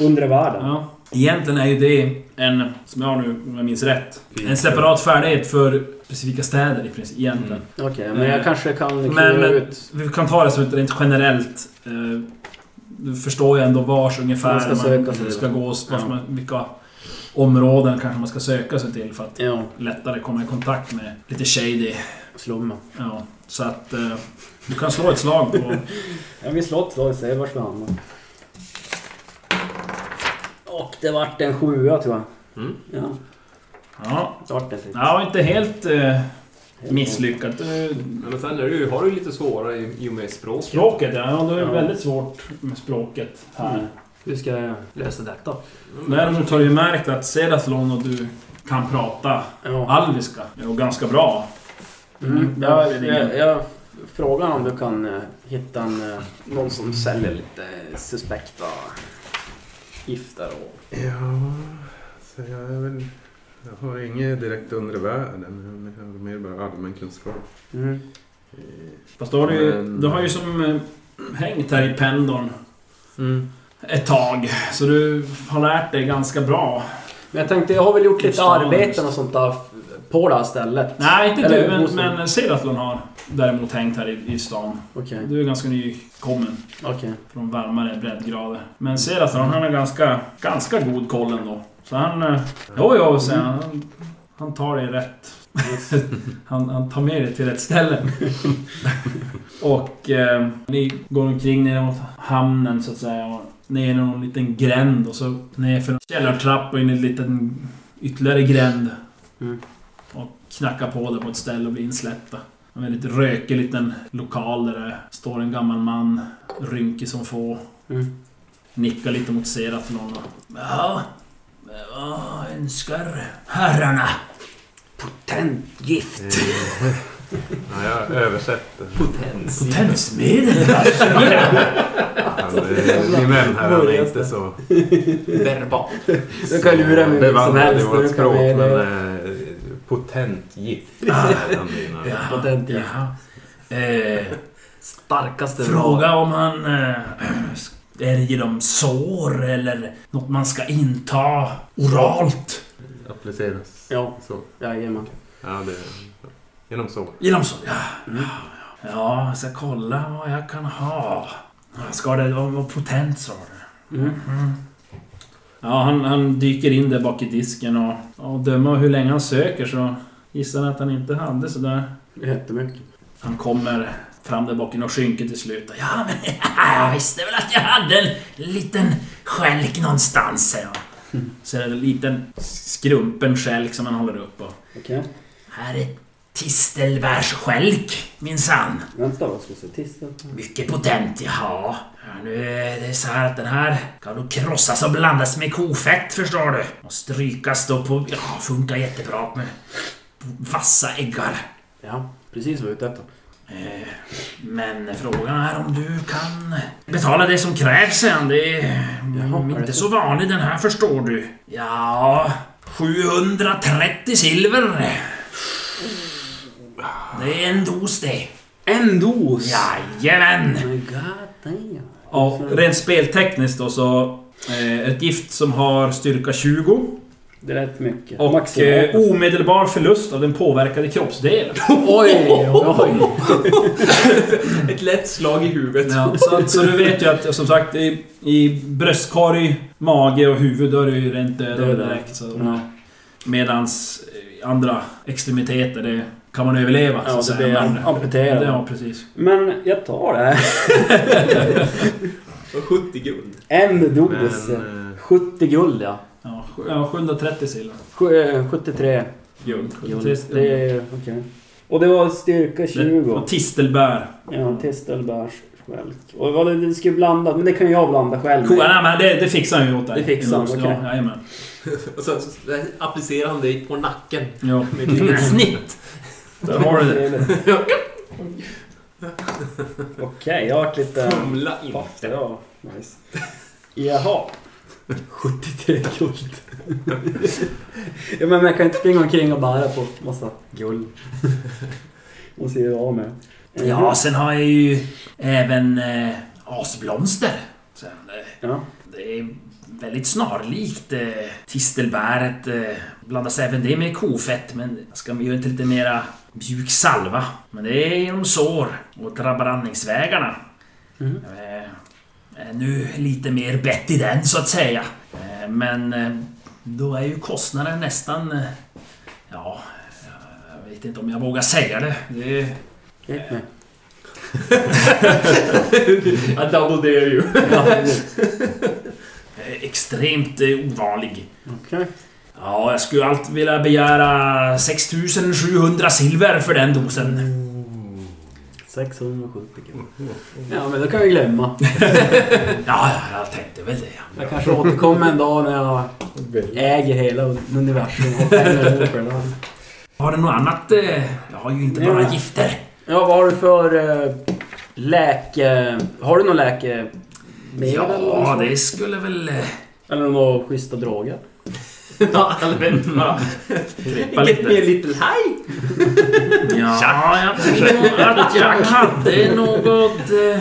D: Undre världen.
C: Ja. Egentligen är ju det en, som jag nu om jag minns rätt, en separat färdighet för specifika städer i princip. Egentligen.
E: Mm.
D: Okej, men jag
C: Eh,
D: kanske kan klura
C: Men eh,
D: ut
C: vi kan ta det som ett rent generellt. eh, Du förstår ju ändå vars ungefär
D: Man ska söka sig
C: man
D: till.
C: ska gå, vars
D: Ja.
C: man, vilka områden kanske man ska söka sig till för att
D: ja,
C: lättare komma i kontakt med lite shady.
D: slummen.
C: Ja, så att eh, du kan slå ett slag på...
D: Ja, vi slår ett slag och ser vart vi hamnar. Och det vart en sjua tror jag.
E: Mm.
D: Ja,
C: Ja,
D: det vart en typ.
C: ja inte helt eh, misslyckat. Du
D: Mm.
E: Men sen är det ju, har du ju lite svårare i i och med språket.
C: Språket ja, ja, det är
D: Ja.
C: väldigt svårt med språket här.
D: Mm. Hur ska jag lösa detta?
C: Däremot har du ju märkt att Sedathlon och du kan prata
D: Ja.
C: alviska. Och ganska bra.
D: Mm. Jag, jag, jag frågar om du kan eh, hitta en, eh, någon som säljer lite suspekta gifter och...
G: Ja, så jag är väl... Jag har inget direkt undre världen, men jag har mer bara allmän kunskap. Eh,
D: Mm.
C: Fast då har du, ju,
G: Men-
C: du har ju som eh, hängt här i Pendorn
E: Mm.
C: ett tag. Så du har lärt dig ganska bra.
D: Men jag tänkte, jag har väl gjort lite
C: Just det,
D: arbeten
C: just.
D: och sånt där f- på det här stället.
C: Nej, inte
D: Eller
C: du, men,
D: hos-
C: men Sedathlon har. däremot hängt här i, i stan.
D: Okej,
C: Du är ganska nykommen
D: okej.
C: från varmare breddgrader. Men Seraton, han har ganska, ganska god koll ändå. Så han... eh, Jo, jo, säger han. Han- Han tar dig rätt. (laughs) han, han tar med dig till rätt ställe. och eh, ni går omkring ner mot hamnen så att säga. Och ner i någon liten gränd och så ner för en källartrappa och in i en liten ytterligare gränd.
D: Mm.
C: Och knackar på där på ett ställe och blir insläppta. En väldigt rökig liten lokal där det står en gammal man, rynkig som få.
D: Mm.
C: Nickar lite mot Seratlon och... Ja, vad önskar herrarna?
D: Potent gift.
G: Ja, jag översätter.
D: (laughs)
C: Potensmedel?
G: Han, eh, Min vän här han är inte så...
E: Verbal.
D: Du kan lura mig vem som
G: bevandrad i
D: helst. Du
G: vårt
D: kan
G: språk,
D: med
G: men
D: det.
G: eh, potent gift. är den dina.
D: Potent gift.
C: Jaha. Eh,
D: Starkaste
C: fråga om han... Eh, ärger dem sår eller något man ska inta oralt?
G: Appliceras.
D: Ja,
G: Så.
D: jajamän.
G: Ja, det... Genom så.
C: Genom så, ja.
D: Mm.
C: Ja, jag ska kolla vad jag kan ha. Ska det vara potent sa du?
D: Mm.
C: Ja, han, han dyker in där bak i disken och, och döma av hur länge han söker så gissar han att han inte hade sådär.
D: Jättemycket.
C: Han kommer fram där bak i något skynke till slut och ja, men (laughs) jag visste väl att jag hade en liten skälk någonstans. säger han. Så är det en liten skrumpen skälk som han håller upp och
D: Okej.
C: här är tistelbärsskälk minsann.
D: Vänta, vad ska jag säga? Tistel?
C: Mycket potent, jaha. Ja, nu är det så här att den här kan då krossas och blandas med kofett förstår du. Och strykas då på... Ja, funkar jättebra med vassa äggar.
D: Ja, precis vad jag är ute efter.
C: Eh, Men frågan är om du kan betala det som krävs sen. Det är
D: Jaha, är det
C: inte
D: så?
C: så vanligt den här förstår du. Ja, 730 silver. Det är en dos det.
D: En dos!
C: Jajamän!
D: Men Oh god damn.
C: Ja,
D: Mm.
C: rent speltekniskt då så... Eh, ett gift som har styrka 20
D: Det är rätt mycket.
C: och
D: Maximalt.
C: eh, omedelbar förlust av den påverkade
D: (laughs)
C: kroppsdelen.
D: Oj, oj, oj.
E: Ett lätt slag i huvudet.
C: Ja, så, att- så du vet ju att som sagt i, i bröstkorg, mage och huvud då är du ju rent död
D: Döda.
C: direkt. Så,
D: Ja. Mm.
C: medans eh, andra extremiteter, det kan man överleva.
D: Ja,
C: så
D: det
C: att
D: blir
C: säga. Men-
D: amputerad.
C: Ja, precis.
D: Men jag tar det. här. (laughs)
E: Och 70 guld.
D: En
G: Men... eh,
D: dos. 70 guld ja.
C: Ja, sju- ja, 730 silver.
D: Sju- eh, 73
C: Guld.
D: guld.
C: 73
D: Det är okej. Och det var styrka 20.
C: Och tistelbär.
D: Ja, testelbärsskälk. Och vad det, det ska ju blanda, men det kan jag blanda själv.
C: Cool. Ja, men det, det fixar han ju åt dig.
D: Det fixar han,
C: Ja,
D: okej.
C: Jajamän.
E: Och så, så, så applicerar han dig på nacken.
C: Ja,
D: Mm.
E: Med ett litet Mm. snitt.
C: där har du det.
D: Okej, jag har lite...
E: Fumla
D: Fast,
E: inte.
D: ja. Nice. Jaha. 73 guld. ja, men jag kan inte springa omkring och bära på massa guld. Och se av med.
C: Ja, sen har jag ju även eh, asblomster. Sen, eh,
D: Ja.
C: det är väldigt snarlikt eh, tistelbäret. Eh, blandas även det med kofett, men jag ska göra inte lite mera mjuk salva. Men det är genom sår och drabbar andningsvägarna.
D: Mm.
C: Eh, är nu lite mer bett i den så att säga. Eh, men eh, då är ju kostnaden nästan... Eh, ja, jag vet inte om jag vågar säga det. det är,
D: Hjälp mig.
E: I double dare you.
D: Ja, precis.
C: Eh, Extremt eh, ovanlig.
D: Okej.
C: Ja, jag skulle allt vilja begära 6700 silver för den dosen.
D: Mm. 670 guld. Ja, men då kan jag glömma.
C: Ja, ja, jag tänkte väl det.
D: Jag kanske återkommer en dag när jag äger hela universum och har pengar över för det.
C: Har du något annat? eh? Jag har ju inte
D: Ja.
C: bara gifter.
D: Ja, vad har du för eh, läke... Har du någon läke... medel eller
C: Ja,
D: så?
C: det skulle väl... eh,
D: Eller några schyssta droger?
E: Ja, han väntar bara.
C: Klippa
E: Get
C: lite.
E: me a little high.
C: Ja, jag tror att jag hade något... Eh,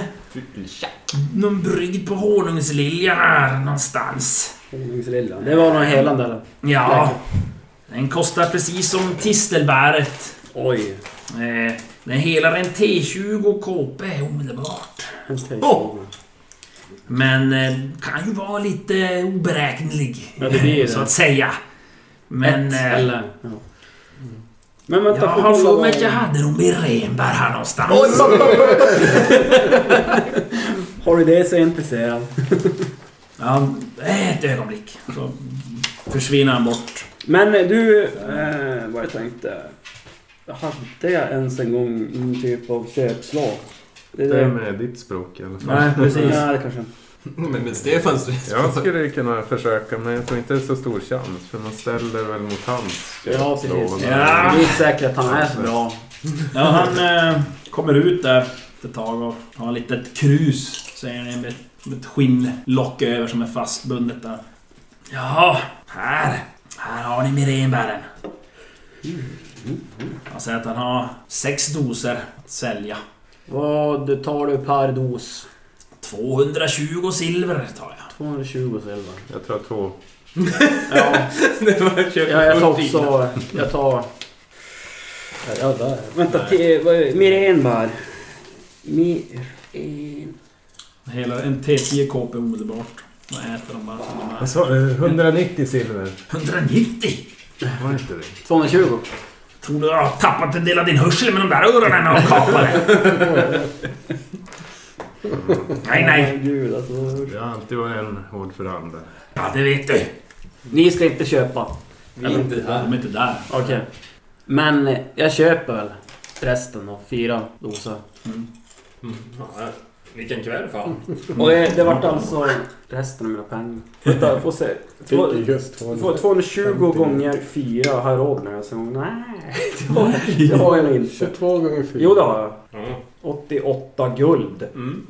C: någon brygd på honungslilja här någonstans.
D: Honungslillan. Det var någon helande eller?
C: Ja, den kostar precis som tistelbäret.
D: Oj.
C: Eh, Den helar en T20 KP omedelbart. Åh! Men eh, kan ju vara lite oberäknelig. eh,
D: Ja, det blir ju
C: Så
D: det.
C: att säga. Men... eh,
D: Eller... Ja. Men
C: Jag
D: vänta,
C: har
D: får kolla
C: för mig
D: vad-
C: att jag hade dem i Renberg här någonstans.
D: Har du det så är jag intresserad.
C: Ja, ett ögonblick. Så försvinner han bort.
D: Men du, eh, vad jag tänkte. Hade jag ens en gång någon typ av köpslag? Det är
G: Det är
D: det.
G: med ditt språk i alla fall.
C: Nej, precis.
D: Nej, det kanske inte.
E: (laughs) Men, men Stefans
G: Jag skulle kunna försöka men jag tror inte det är så stor chans för man ställer väl mot hans
D: Ja,
G: slå.
D: precis.
C: Ja.
D: Det är inte säkert att han är så bra.
C: Ja, han eh, kommer ut där ett tag och har ett litet krus, säger ni, med, med ett skinnlock över som är fastbundet där. Jaha, här. Här har ni mirenbären. Han säger att han har sex doser att sälja.
D: Vad tar du per dos?
C: 220 silver tar jag.
D: 220 silver.
G: Jag tror två.
D: Ja, ja jag tar också... Jag tar...
F: Ja, där.
D: Vänta, te- vad är- Mirenbar. Miren...
C: Hela en T10 KP omedelbart. Vad äter de bara? som de är.
G: Jag sa, eh, 190 silver.
C: 190!
G: Var inte det?
D: 220?
C: Tror du jag har tappat en del av din hörsel med de där öronen när de kapade? nej, nej.
D: Gud, alltså.
G: Jag har alltid varit en hård förhandlare.
C: Ja, det vet du.
D: Ni ska inte köpa.
E: Vi är inte här.
C: De är inte där.
D: Okej. Men jag köper väl resten och fyra doser.
E: Mm. Ja, vilken kväll fan.
D: Och det, det vart alltså resten av mina pengar. Vänta, får se. Två-
F: Fick just
D: Du
F: 200.
D: får 220 gånger 4 har jag råd med det. Så (laughs) nej, det har jag- det har jag nog inte.
F: 22 gånger 4.
D: Jo, det har jag.
E: Ja.
D: 88 guld.
E: Mm.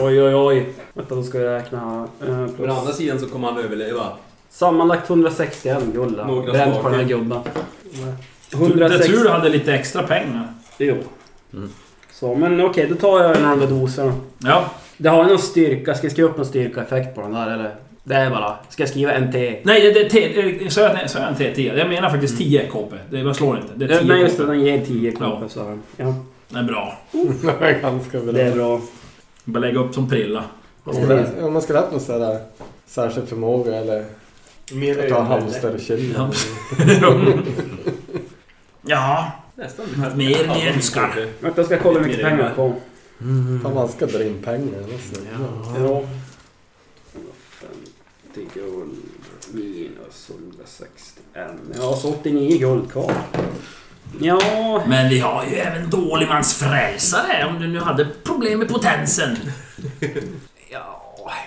D: Oj, oj, oj. Vänta, då ska jag räkna. Eh,
E: På den andra
D: plus.
E: sidan så kommer han överleva.
D: Sammanlagt 161 guld. ja.
E: Några
D: Bränt på
E: smaker.
D: den här gubben.
C: Jag
D: 160.
C: tror du hade lite extra pengar.
D: Jo.
G: Mm.
D: Så, men okej, då tar jag en av de där doserna.
C: Ja.
D: Det har någon styrka. Ska jag skriva upp någon styrkaeffekt på den där eller? Det är bara... Ska jag skriva en till?
C: Nej, det, det, te- eh, sa jag att- sa jag en T10? Jag menar faktiskt 10 KP. Det, man slår inte. Det är 10
D: Nej just det,
C: KP.
D: den ger 10
C: Ja.
D: kronor sa den. Ja,
C: Det är bra.
F: Det är ganska bra.
D: det är bra.
C: Bara lägga upp som prilla.
F: Om man skulle- Om man skulle haft någon sån där särskild förmåga eller att ta hamsterkylen.
C: (laughs) ja.
E: Nästan.
C: Mer ni önskar.
D: Vänta, jag ska kolla hur mycket
E: Mer än
D: pengar jag får.
F: Mm. Fan, man ska dra in pengar. Alltså.
D: Ja. 50 guld minus 161. Ja, så 89 guld kvar. Ja,
C: Men vi har ju även Dåligmans frälsare om du nu hade problem med potensen.
D: ja,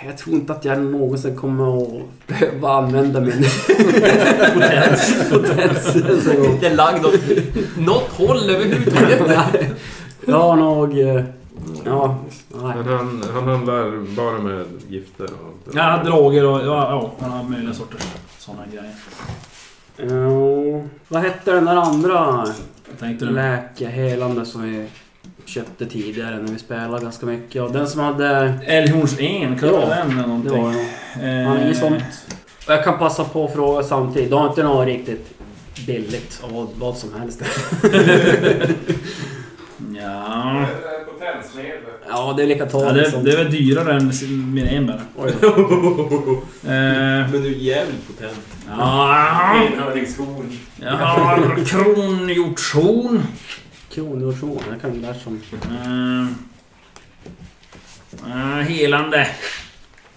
D: jag tror inte att jag någonsin kommer att behöva använda min
C: Potens.
D: potens. ens en gång.
E: Inte lagd åt något håll överhuvudtaget.
D: (laughs) Nej, Jag har nog... eh, Ja, nej.
G: Men han, han handlar bara med gifter och...
C: Ja, droger och ja, ja, man har möjliga sorters sådana grejer.
D: Ja, vad hette den där andra
C: Tänkte du?
D: läkehelande som vi köpte tidigare när vi spelade ganska mycket? Och den som hade...
C: Älghorns-en, kallar
D: Ja,
C: den eller
D: Det
C: någonting? Eh,
D: var ju... Han är inget sånt. Och jag kan passa på att fråga samtidigt. Du har inte något riktigt billigt av vad, vad som helst?
C: Ja.
G: Potensmedel.
D: ja, det är lika
C: ja
D: tal
C: det,
D: som-
C: det är väl dyrare än sin- min enbär.
D: Oj.
C: Eh,
E: Men du är jävligt potent.
C: ja, jag har kronhjortshorn.
D: Kronhjortshorn. Jag kan det där som...
C: Eh, eh, helande.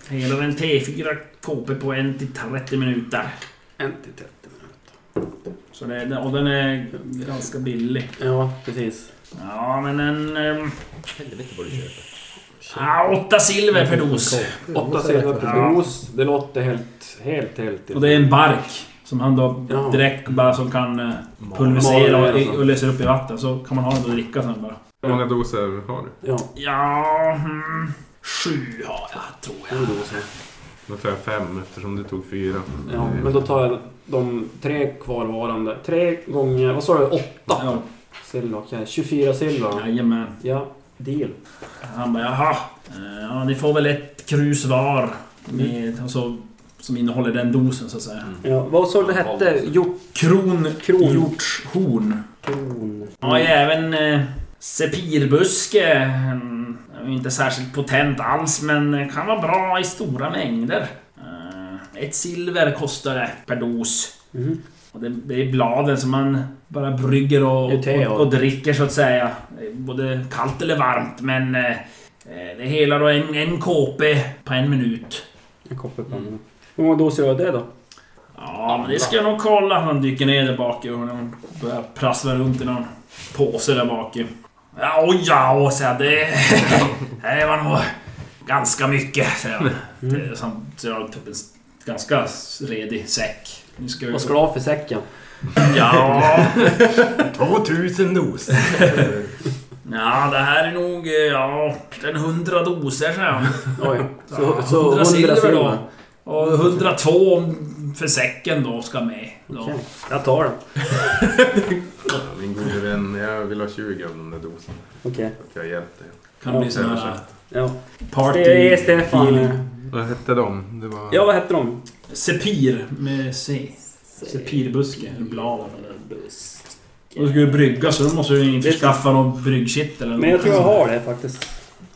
C: Helar en T4 KP på 1 till 30 minuter.
D: En till 30 minuter.
C: Så det, och den är ganska billig.
D: Ja, precis.
C: Ja, men en... ehm,
E: Helvete vad du köper.
C: Ah, åtta silver per dos.
D: Åtta silver
C: Ja.
D: per dos. Det låter helt, helt, helt...
C: Och det är en bark som han då
D: Ja.
C: direkt bara som kan eh, pulverisera
D: Mal-
C: och, och lösa upp i vatten. Så kan man ha den och dricka sen bara.
G: Hur många doser har du?
D: Ja,
C: Ja... Hmm, sju har jag, tror
D: sju
C: jag.
D: doser.
G: Då tar jag fem eftersom du tog fyra.
D: Ja, men då tar jag de tre kvarvarande. Tre gånger... Vad sa du? Åtta?
C: Ja,
D: Silver, okej. 24 silver.
C: jajamän.
D: Ja, deal.
C: Han bara, jaha. eh, Ja, ni får väl ett krus var. Med, och så Som innehåller den dosen så att säga.
D: Ja, vad så det hette? Hjort...
C: Kron,
D: Mm. Kron.
C: hjortshorn.
D: Kron.
C: Ja, jag är även eh, sepirbuske. Mm, den är ju Inte särskilt potent alls, men kan vara bra i stora mängder. Eh, Ett silver kostar det per dos.
D: Mhm.
C: Och det, det är bladen som man bara brygger och,
D: Det är te
C: och,
D: och-
C: och dricker så att säga. Det är Både kallt eller varmt, men eh, eh, det hela då en, en KP på en minut.
D: En kopp i pannan. Hur många doser var det då?
C: Mm. Ja, men det ska jag nog kolla. Han dyker ner där bak och hon börjar prassla runt i någon påse där bak. i. Ja, oj, ja, säger jag. Det, (laughs) det var nog ganska mycket, säger
D: Mm.
C: han. Det- Han drar upp typ en ganska redig säck. Nu ska vi...
D: Vad ska du ha för säcken?
C: Ja,
E: 2000 dos!
C: ja, det här är nog eh, ja, en hundra doser, säger han.
D: Oj. Så, så
C: 100
D: 100
C: silver
D: silver,
C: då. Och 102 för säcken då ska med. Då.
D: Okej, jag tar den.
G: Ja, Min gode vän, jag vill ha 20 av de där doserna.
D: Okej.
G: För Att jag har hjälpt dig.
C: Kan bli sån här
D: Ja.
C: party...
D: Det är Stefan.
C: feeling.
G: Vad hette de? Det var...
D: Ja, vad hette de?
C: Sepir med C. Sepirbuske, eller blad.
D: Buss.
C: Och du skulle brygga så då måste du ju införskaffa någon bryggkitt eller
D: Men jag tror jag har det faktiskt.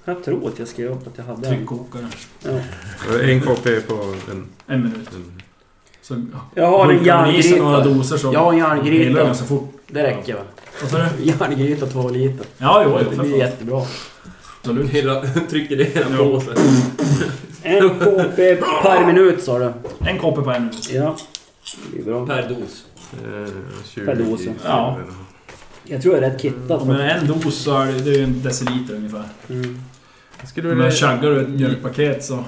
D: Jag tror att jag skrev upp att jag hade en.
C: Tryckkokare.
D: Ja.
G: En KP på en...
C: En minut.
G: en...
C: Så
D: Jag har en
C: Hulkar man i sig några
D: järngryta.
C: doser så...
D: Jag har en
C: Hela
D: järngryta.
C: ganska fort.
D: Det räcker väl?
C: Vad sa du?
D: Järngryta två liter.
C: Ja, jo,
D: Det
C: jo.
D: blir
C: för fan.
D: jättebra.
C: Absolut.
E: Hela, trycker det i hela
C: Ja.
E: påsen.
D: En KP per minut sa du.
C: En koppe på en minut.
D: Ja. Det blir bra.
E: Per dos.
G: eh, 20
D: Per dos, ja.
C: Ja.
D: Jag tror jag är rätt kittad.
C: Och med
D: faktiskt.
C: en dos så är det, det är ju en deciliter ungefär.
D: Mm.
G: Jag skulle vilja...
C: Men chaggar du ett mjölkpaket så...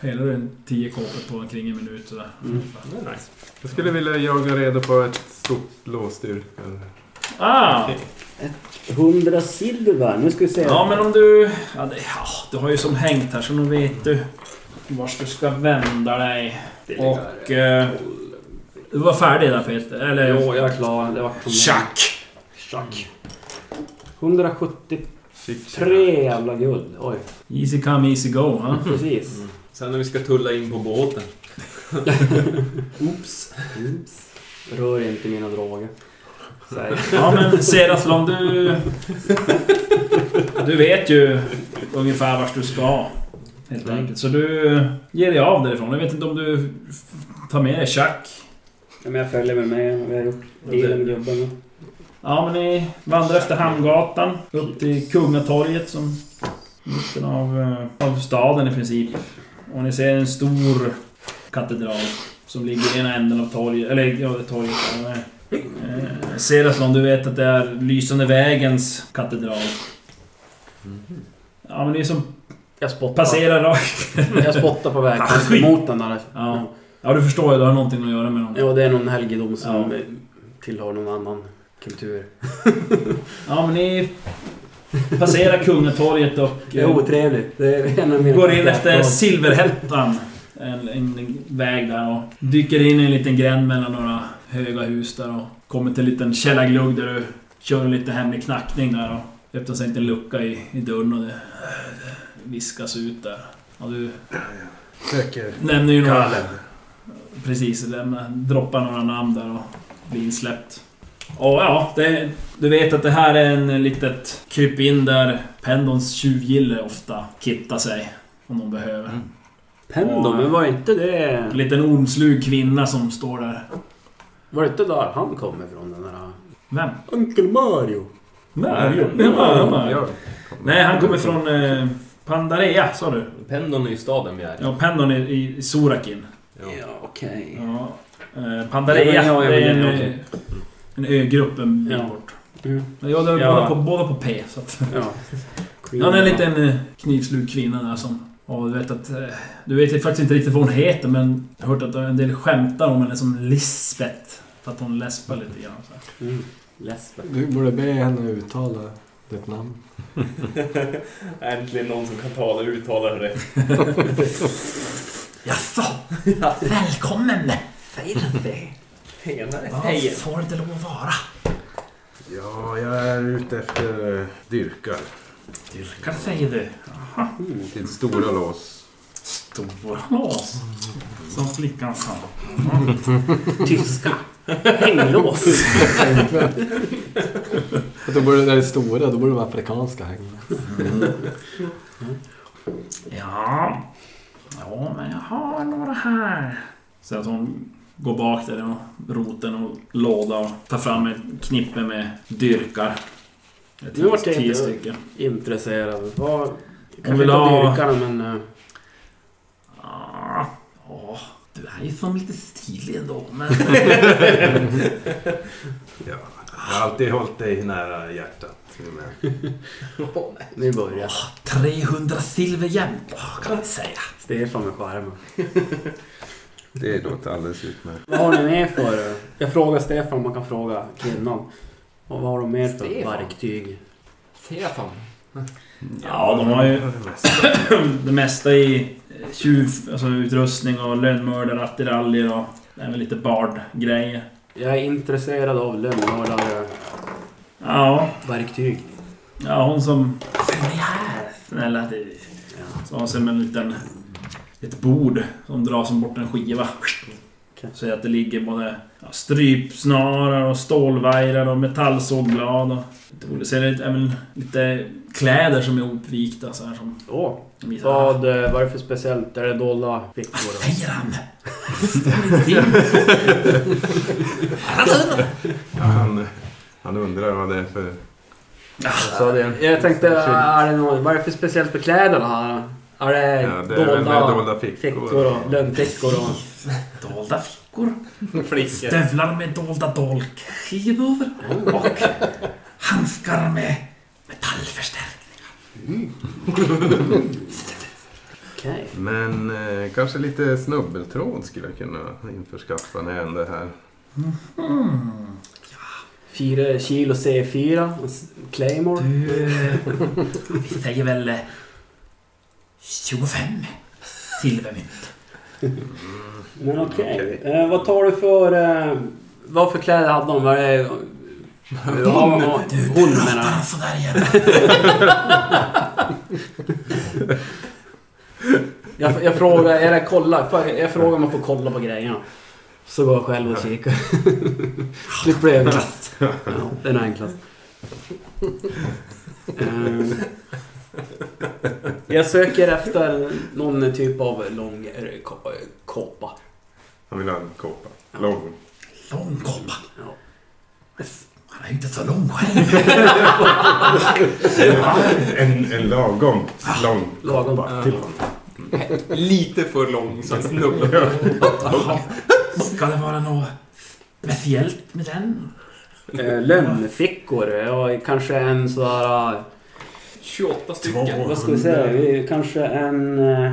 C: Hela du en 10 koppor på omkring en minut sådär.
D: Mm.
E: Det är nice.
G: Jag skulle vilja jaga reda på ett stort låsdyr.
C: Ah!
D: 100 silver. Nu ska vi se.
C: Ja men om du... Ja, det, ja, du har ju som hängt här så nu vet du vart du ska vända dig. Och... Eh, du var färdig där Peter, eller?
D: Jo, jag är klar. Det var
C: Tjack!
D: Tjack. 173 jävla guld. Oj,
C: Easy come, easy go. Huh?
D: precis.
E: Sen när vi ska tulla in på båten. (laughs) Oops.
D: Oops. Rör inte mina droger. Säg.
C: Ja men Seraflon, du... Du vet ju ungefär vart du ska. Helt enkelt. Så du ger dig av därifrån. Jag vet inte om du tar med dig Tjack.
D: Ja, men jag följer med mig. Vi har gjort dealen med gubben.
C: Ja men ni vandrar efter Hamngatan upp till Kungatorget som mitten av, eh, av staden i princip. Och ni ser en stor katedral som ligger i ena änden av torget, eller ja, torget. ja, nej. Eh, Seraflon, du vet att det är Lysande vägens katedral.
E: Mm.
C: Ja men ni som
D: Jag spottar.
C: passerar rakt...
D: Jag spottar på
C: (laughs)
D: vägen
C: Ah, skit.
D: mot den där.
C: Ja. ja du förstår ju, det har någonting att göra med någon.
D: Ja, det är någon helgedom som
C: Ja.
D: tillhör någon annan kultur.
C: Ja men ni passerar Kungatorget och...
D: Det
C: eh,
D: är otrevligt. Det är en av
C: Vi
D: mina
C: går in efter
D: kontaktdagar.
C: Silverhättan. En, en väg där och dyker in i en liten gränd mellan några höga hus där och kommer till en liten källarglugg där du kör en liten hemlig knackning där och öppnar sig en liten lucka i, i dörren och det det viskas ut där. Och du
F: Söker
C: nämner ju några...
F: Kallen.
C: Precis, lämna, droppar några namn där och blir insläppt. Och ja, det, du vet att det här är en litet krypin där Pendons tjuvgille ofta kittar sig. Om de behöver.
D: Mm. Pendon, men var inte det...
C: En liten ormslug kvinna som står där.
D: Var det inte där han kom ifrån? Den där...
C: Vem?
D: Onkel Mario.
C: Mario. Nej, Mario. Mario. Nej, han kommer från eh, Pandarea, sa du?
E: Pendon är ju staden vi är i.
C: Ja, Pendon i, i Sorakin.
D: Ja, okej.
C: Ja. Eh,
D: Ja,
C: Pandarea,
D: men ja, jag
C: det är en,
D: vill-
C: eh,
D: okej.
C: en ögrupp en bit
D: Ja.
C: bort.
D: Mm.
C: Men jag där
D: Ja.
C: båda, på, båda på P, så att...
D: Ja.
C: Ja, det är en liten eh, knivslug kvinna där som... Ja, du vet att... eh, Du vet ju faktiskt inte riktigt vad hon heter, men jag har hört att en del skämtar om henne som Lisbeth. För att hon läspar lite grann. Så här.
D: Mm. Lesber.
F: Du borde be henne uttala ditt namn.
E: (laughs) Äntligen någon som kan tala och uttala det rätt.
C: Jaså? (laughs) Välkommen!
E: Senare.
C: Vad får det lov att vara?
G: Ja, jag är ute efter eh, dyrkar.
C: Kan säga du.
G: Till stora lås.
C: Storlås. Som flickan sa.
D: Tyska. Hänglås.
H: Och Då borde, när det är stora, då borde de afrikanska hänga.
C: Ja. Ja, men jag har några här. Så att hon går bak där och roten och låda och tar fram ett knippe med dyrkar. Ett
D: Nu vart jag
C: tio
D: inte-
C: stycken.
D: Intresserad. Vad...
C: Hon
D: Kanske
C: vill
D: inte
C: ha-
D: dyrkarna men... eh,
C: Ah, ja, du är ju fan lite stilig ändå. (laughs) Men...
I: Ja, jag har alltid hållit dig nära hjärtat. Men
D: Nu börjar
C: 300 silver jämt, ah, kan vi säga.
D: Stefan med skärmen.
G: Det låter alldeles utmärkt.
D: Vad har ni mer för... eh, Jag frågar Stefan om man kan fråga kvinnan. Och vad har de mer för
E: Stefan.
D: verktyg?
E: Stefan.
C: Ja, de har ju (clears throat) det mesta i eh, tjuv, alltså utrustning och lönnmördare, attiraljer och även lite bardgrejer.
D: Jag är intresserad av lönnmördare
C: Ja,
D: verktyg.
C: ja, hon som... Följ med här! Snälla du. Så har sig med en liten... Ett bord som dras som bort en skiva.
D: Okej.
C: Så att det ligger både ja, strypsnarar och stålvajrar och metallsågblad och... Lite olika, så är det även lite kläder som är hopvikta så här som...
D: Åh,
C: som visar-
D: vad, eh, vad är det för speciellt? Är det dolda fickor? då?
C: Säger han!
G: Ja, han, han undrar vad det är för...
D: Så det, jag tänkte, är det något, vad är det för speciellt på kläderna här? Är det,
G: Ja, det är väl med
D: dolda,
G: dolda fickor.
D: fickor och lönnfickor? Och, (laughs)
C: Dolda fickor.
E: Flickor.
C: Stövlar med dolda dolkskivor. Och handskar med metallförstärkning.
D: Okej.
G: Men eh, kanske lite snubbeltråd skulle jag kunna införskaffa när jag ändå är här.
D: Fyra kilo C4, och s- Claymore.
C: Du, eh, vi säger väl eh, 25 silvermynt.
D: Men okej. Eh, vad tar du för... Eh, vad för kläder hade de? Var det... (laughs) Hon, hon,
C: Du
D: hon
C: pratar
D: menar
C: han sådär igen.
D: jag. Jag, jag frågar, är det kolla? För Jag frågar om man får kolla på grejerna. Så går jag själv och kikar. (laughs) Slipper det enklast. Ja, den är enklast. Ehm, jag söker efter någon typ av lång eh, ko- eh, kåpa.
G: Han vill ha en kåpa. Lång.
C: Lång koppa.
D: Ja.
C: Han är ju inte så lång själv.
G: En, en lagom lång.
D: Lagom.
E: Lite för lång så han (laughs) snubblar.
C: Ska det vara något speciellt med den?
D: Eh, lönnfickor. Ja, kanske en sådär... eh,
E: 28 stycken.
D: Vad ska vi säga? Vi- Kanske en... eh,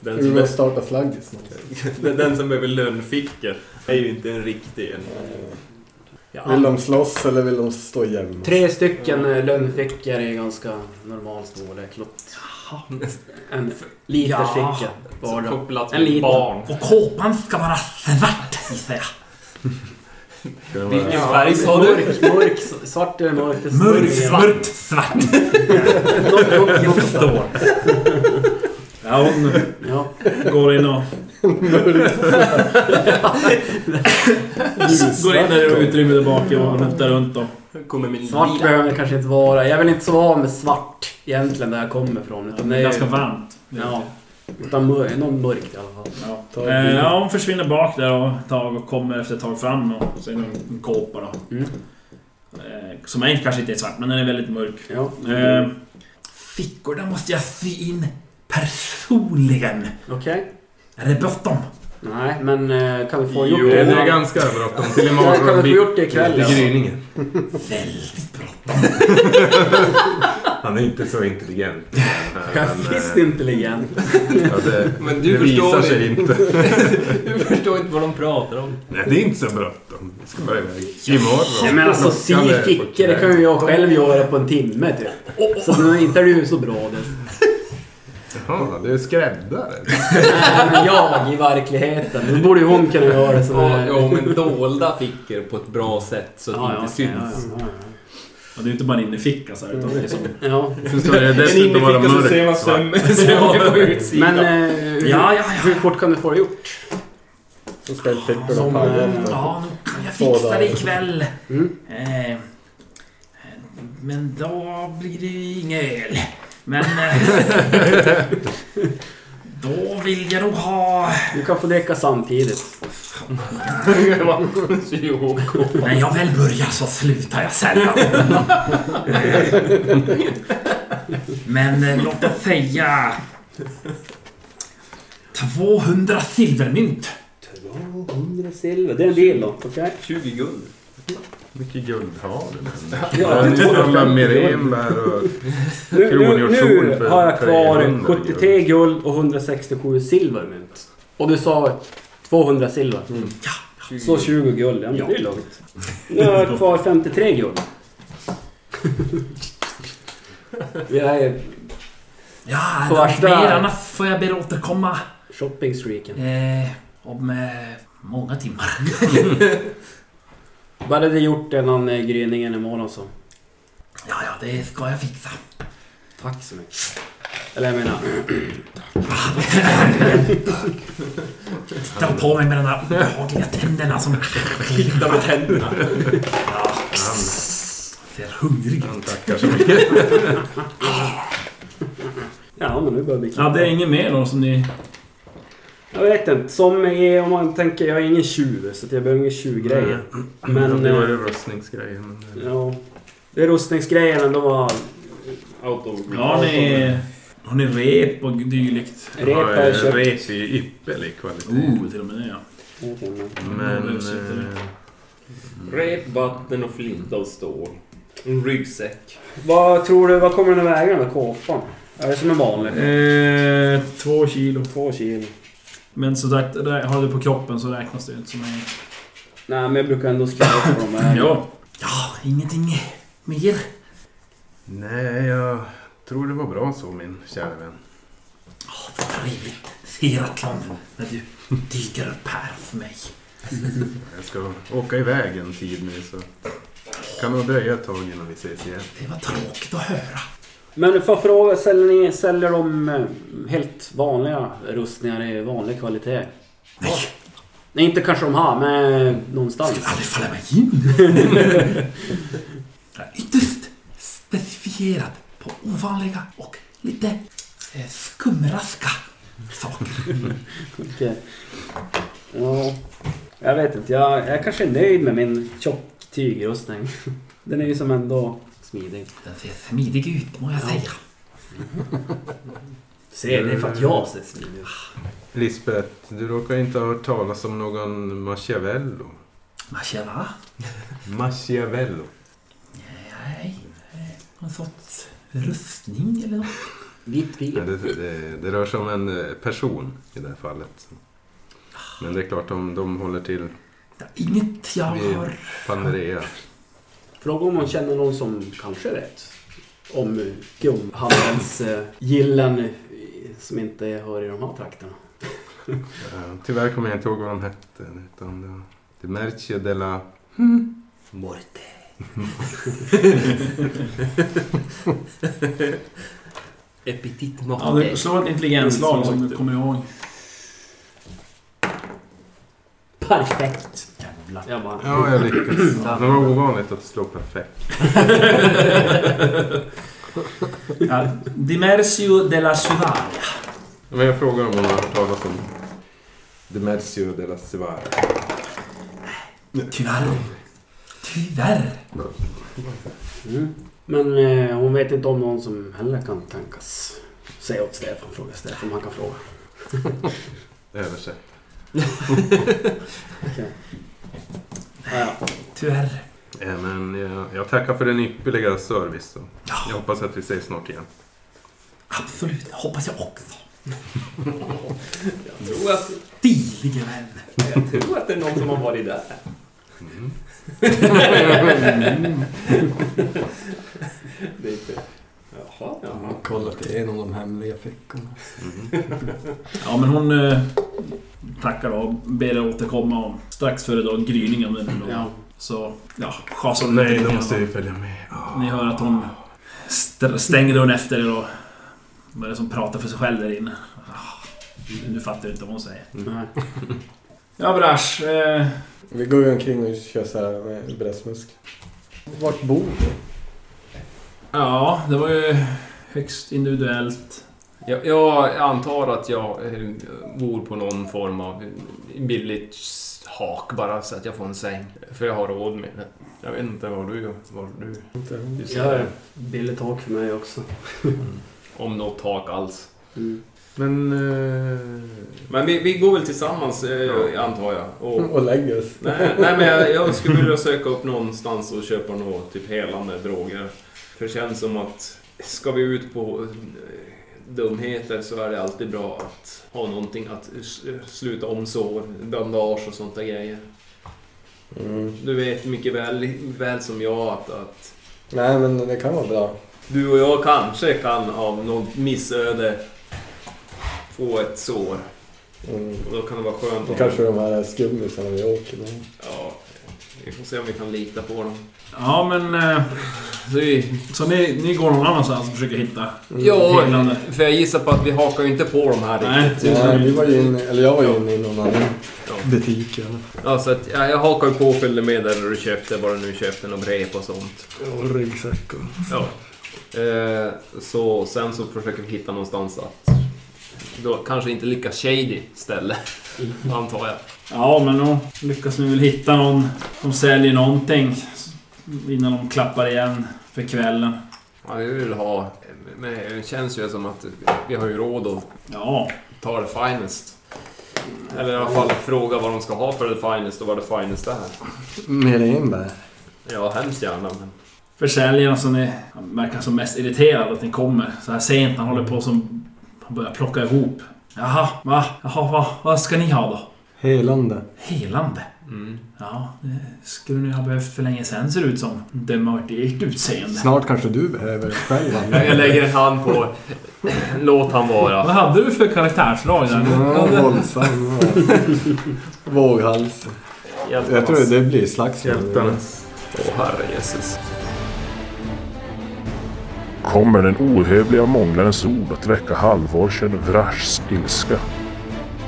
E: Den
H: Du
E: som,
H: vill
E: är,
H: starta slaggis.
E: den- (laughs) den som behöver lönnfickor är ju inte en riktig en.
H: Vill
D: Ja,
H: de slåss eller vill de stå jämna?
D: tre stycken eh, lönnfickor är ganska normal storlek. Låt- En
C: Ja.
D: literficka var
E: Som
D: det.
E: kopplat
D: En liten.
E: till barn.
C: Och kåpan ska vara svart gissar jag.
E: Vilken färg sa du?
D: Mörk, mörk, svart eller mörkt. det står
C: Mörkt,
D: igen.
C: svart, svart.
D: Något- något-
C: Jag
D: något där.
C: förstår. Ja, hon
D: Ja.
C: går in och... Går in där i utrymmet där bak och rotar runt dem.
E: Kommer min
D: Svart
E: lila.
D: behöver det kanske inte vara. Jag vill inte så vara med svart egentligen där jag kommer ifrån. Utan
C: Det
D: det
C: är ganska
D: är,
C: varmt.
D: ja, utan mör, någon mörkt i alla fall.
C: Ja. Eh, ja, hon försvinner bak där och ett tag och kommer efter ett tag fram och så är det en- en kåpa då.
D: Mm.
C: Eh, Som är, kanske inte är svart, men den är väldigt mörk.
D: Ja.
C: Eh, Fickorna måste jag sy in personligen.
D: Okej.
C: Är det bråttom?
D: Nej, men eh, kan vi få
G: Jo,
D: gjort
G: det
D: det?
G: är ganska bråttom. Till
D: Kan
G: imorgon
D: vi få
G: blir
D: gjort det ikväll?
G: det
D: alltså?
G: gryningen.
C: Väldigt bra.
G: Han är inte så (laughs) intelligent.
D: Jag är
G: Men,
D: Visst
G: eh,
D: intelligent.
G: ja, det,
E: Men
G: det
E: du
G: visar
E: förstår,
G: sig
E: inte.
G: inte.
E: (laughs) du förstår inte vad de pratar om.
G: Nej, det är inte så bråttom. Vi ska bara iväg.
D: Jag
G: Imorgon.
D: menar alltså
G: Klockan
D: sy
G: är-
D: fickor, det kan ju jag själv göra på en timme typ. Så nu är inte du så bra det.
G: Jaha, du är skräddare.
D: Nej, men jag i verkligheten. Nu borde ju hon kunna göra det som
E: Ja,
D: är...
E: ja, men dolda fickor på ett bra sätt så att det inte syns.
D: ja, ja.
C: Och det är inte bara en inneficka så här, utan det är som...
D: Ja.
G: Sen ska det dessutom vara mörkt svart.
E: sömmer på utsidan.
D: Men eh, hur,
C: Ja, ja,
D: hur fort kan du få det gjort?
F: Så ska jag flippa dem
D: Som,
F: på
D: eh,
C: Ja, nu kan jag
F: Två
C: fixa
F: dagar.
C: det ikväll.
D: Mm.
C: Eh, men då blir det ju ingen öl. Men... eh, då vill jag nog ha...
D: Du kan få leka samtidigt.
C: När jag väl börjar så slutar jag sällan. Men eh, låt oss säga... 200 silvermynt.
D: 200 silver, det är en del då. Okej?
E: 20 guld.
G: Mycket guld har du. men-
D: Ja,
G: Du
D: två-
G: tar alla merenbär och...
D: Nu, nu,
G: kronor
D: nu
G: tjon för
D: har jag kvar
G: 300
D: 73 guld och 167 silvermynt. Och du sa 200 silver. Så 20 guld, ja, men det är lugnt. Nu har jag kvar 53 guld. Jag är
C: Ja,
D: Så vart det?
C: mer annars får jag be återkomma.
D: shoppingstreaken.
C: Eh, om eh, många timmar.
D: Bara det gjort innan eh, gryningen imorgon så.
C: Ja, ja, det ska jag fixa.
D: Tack så mycket. Eller jag menar...
C: Dra på mig med de där obehagliga tänderna som... Klickar med tänderna. Ja. Ser hungrig ut.
D: Ja, men nu börjar det bli
J: Ja, det är inget mer då som ni...
D: Jag vet inte. Som är, om man tänker, jag är ingen tjuv så att jag behöver ingen tjuvgrejer.
G: (laughs)
D: Men...
G: det var
D: eh,
G: ju rustningsgrejen. men det-
D: Ja. Det är rustningsgrejerna, de var...
K: Out of
J: Ja, har ni... Har ni rep och dylikt?
G: Det
D: Rep
G: var
D: har jag
G: ju-
D: köpt.
G: Rep är ju ypperlig kvalitet.
J: Oh, till och med det ja.
D: Jag vet inte.
G: Men...
J: Mm, sitter
G: eh,
E: Rep, vatten och flinta och stål. En ryggsäck.
D: Vad tror du, vad kommer den att väga den där kåpan? Är det som en vanlig?
J: Eh, två kilo.
D: Två kilo.
J: Men som sagt, det har du på kroppen så räknas det inte som en...
D: Nej, men jag brukar ändå skriva på de här.
J: Ja.
C: (laughs) Ja, ingenting mer.
G: Nej, jag tror det var bra så min kära vän.
C: Åh, vad trevligt. Seratlon, när du dyker upp här för mig.
G: Jag ska åka iväg en tid nu så kan nog dröja ett tag innan vi ses igen.
C: Det var tråkigt att höra.
D: Men för fråga, säljer, ni, säljer de eh, helt vanliga rustningar i vanlig kvalitet?
C: Nej,
D: Nej, inte kanske de här, men
C: det skulle
D: någonstans.
C: aldrig falla mig in. (laughs) Jag är Ytterst specifierad på ovanliga och lite eh, skumraska saker.
D: Okej. eh, Ja, jag vet inte. Jag, jag kanske är nöjd med min tjock tygrustning. (laughs) Den är ju som ändå smidig.
C: Den ser smidig ut, må jag
D: Ja.
C: säga.
D: Se, det är för att jag ser smidig ut.
G: Lisbeth, du råkar inte ha hört talas om någon Machiavello?
C: Macheva?
G: Machiavello?
C: Nej. eh, Någon sorts rustning eller något.
D: Vitt vin.
G: Ja, det, det, det rör sig om en eh, person i det här fallet. Men det är klart om de håller till
C: Det är Inget jag har...
G: Panarea.
D: Fråga om hon känner någon som kanske vet. Om gubbhandelns eh, gillen eh, som inte hör i de här trakterna.
G: Eh, Tyvärr kommer jag inte ihåg vad de hette. Utan det var det Mercio della...
E: (laughs)
D: Morte.
E: Epitit
J: ja det, slå ett intelligensslag som du kommer ihåg. (laughs)
D: Perfekt! Jävlar. Jag bara...
G: (clears throat) Ja, jag lyckades. Det var ovanligt att slå perfekt.
J: Ja, Dimercio della Suvaria.
G: Men jag frågar om hon har hört talas om De Mercio della Svara.
C: Tyvärr. Tyvärr.
D: Mm. Men eh, hon vet inte om någon som heller kan tänkas. Säg åt Stefan, fråga Stefan om han kan fråga.
G: Översätt.
D: Ja, ja.
C: Tyvärr.
G: Eh, Men jag, jag tackar för den ypperliga service. så Jag
C: Ja,
G: hoppas att vi ses snart igen.
C: absolut. Hoppas jag också.
E: Jag tror, att,
C: Stilige vän.
E: jag tror att det är någon som har varit där.
G: Mm.
E: det är inte... Jaha, jaha.
F: Kollat igenom de hemliga fickorna.
G: Mm.
J: Ja, men hon eh, tackar och ber er återkomma om, strax före dag gryningen. Men då.
D: ja.
C: Så, ja, schasar hon
K: Alltså, Nej,
C: lite
K: då
C: grann.
K: måste jag ju följa med. Ah.
C: Ni hör att hon st- stänger dörren efter er och vad är det som pratar för sig själv där inne? Ah, Nu fattar jag inte vad hon säger.
D: Nej.
C: Ja, Brash. Eh,
F: Vi går ju omkring och kör så här med bröstmusk. Vart bor du?
C: ja, det var ju högst individuellt.
E: Jag, jag antar att jag eh, bor på någon form av billigt hak bara så att jag får en säng. För jag har råd med det. Jag vet inte var du var du,
F: Inte.
E: du
D: Ja,
E: ser.
D: billigt tak för mig också.
E: Om något hak alls.
D: Mm.
G: Men... Eh,
E: Men vi, vi går väl tillsammans eh, antar jag. Och,
F: Och lägger oss.
E: nej, nej men jag, jag skulle vilja söka upp någonstans och köpa några typ helande droger. För det känns som att ska vi ut på eh, dumheter så är det alltid bra att ha någonting att eh, sluta om sår, bandage och sånt där grejer.
F: Mm.
E: Du vet mycket väl, väl som jag att, att
F: Nej, men det kan vara bra.
E: du och jag kanske kan av något missöde få ett sår.
F: Mm.
E: Och då kan det vara skönt
F: Det
E: om...
F: kanske är de här skummisarna vi åker med.
E: Ja, vi får se om vi kan lita på dem.
C: Ja, men... Eh, så vi, så ni, ni går någon annanstans och försöker hitta?
F: Mm.
E: Ja,
C: Helande.
E: för jag gissar på att vi hakar ju inte på de här
C: Nej,
E: riktigt.
F: Nej, vi var ju inne, eller jag var ju inne i någon annan
E: Ja.
F: butik. Eller?
E: Ja, så att, ja, jag hakar ju på och följde med där du köpte vad du nu köpte, någon rep och sånt.
F: Och ryggsäck och...
E: Ja. Eh, så sen så försöker vi hitta någonstans att... Då, kanske inte lika shady ställe,
F: Mm.
E: antar jag.
C: Ja, men då lyckas ni väl hitta någon som säljer någonting innan de klappar igen för kvällen.
E: Ja, vi vill ha... Men det känns ju som att vi har ju råd att
C: Ja,
E: ta det finest. Eller i alla fall fråga vad de ska ha för det finest och vad det finest är.
F: Mer enbär.
E: Ja, hemskt gärna. Men...
C: försäljarna som ni han verkar som mest irriterad att ni kommer så här sent. Han håller på som... Han börjar plocka ihop. Jaha, va? Jaha, va? Vad ska ni ha då?
F: Helande.
C: Helande?
E: Mm.
C: Ja, det skulle ni ha behövt för länge sen ser det ut som. Döma av ert utseende.
F: Snart kanske du behöver själv
E: Ja, Jag lägger en hand på... Låt han vara.
C: Vad hade du för karaktärsdrag där?
F: Ja, våldsam. (laughs) Våghals. Jag tror det blir slagsmål.
G: hjältarnas...
E: Åh, herrejösses.
B: Kommer den ohövliga månglarens ord att väcka halvorchen Vrashs ilska?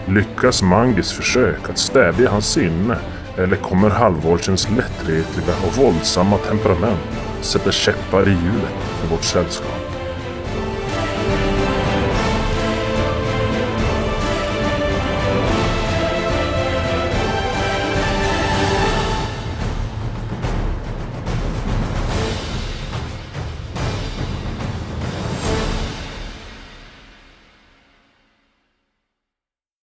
B: Lyckas Mangis försök att stävja hans sinne eller kommer halvorchens lättretliga och våldsamma temperament sätta käppar i hjulet för vårt sällskap?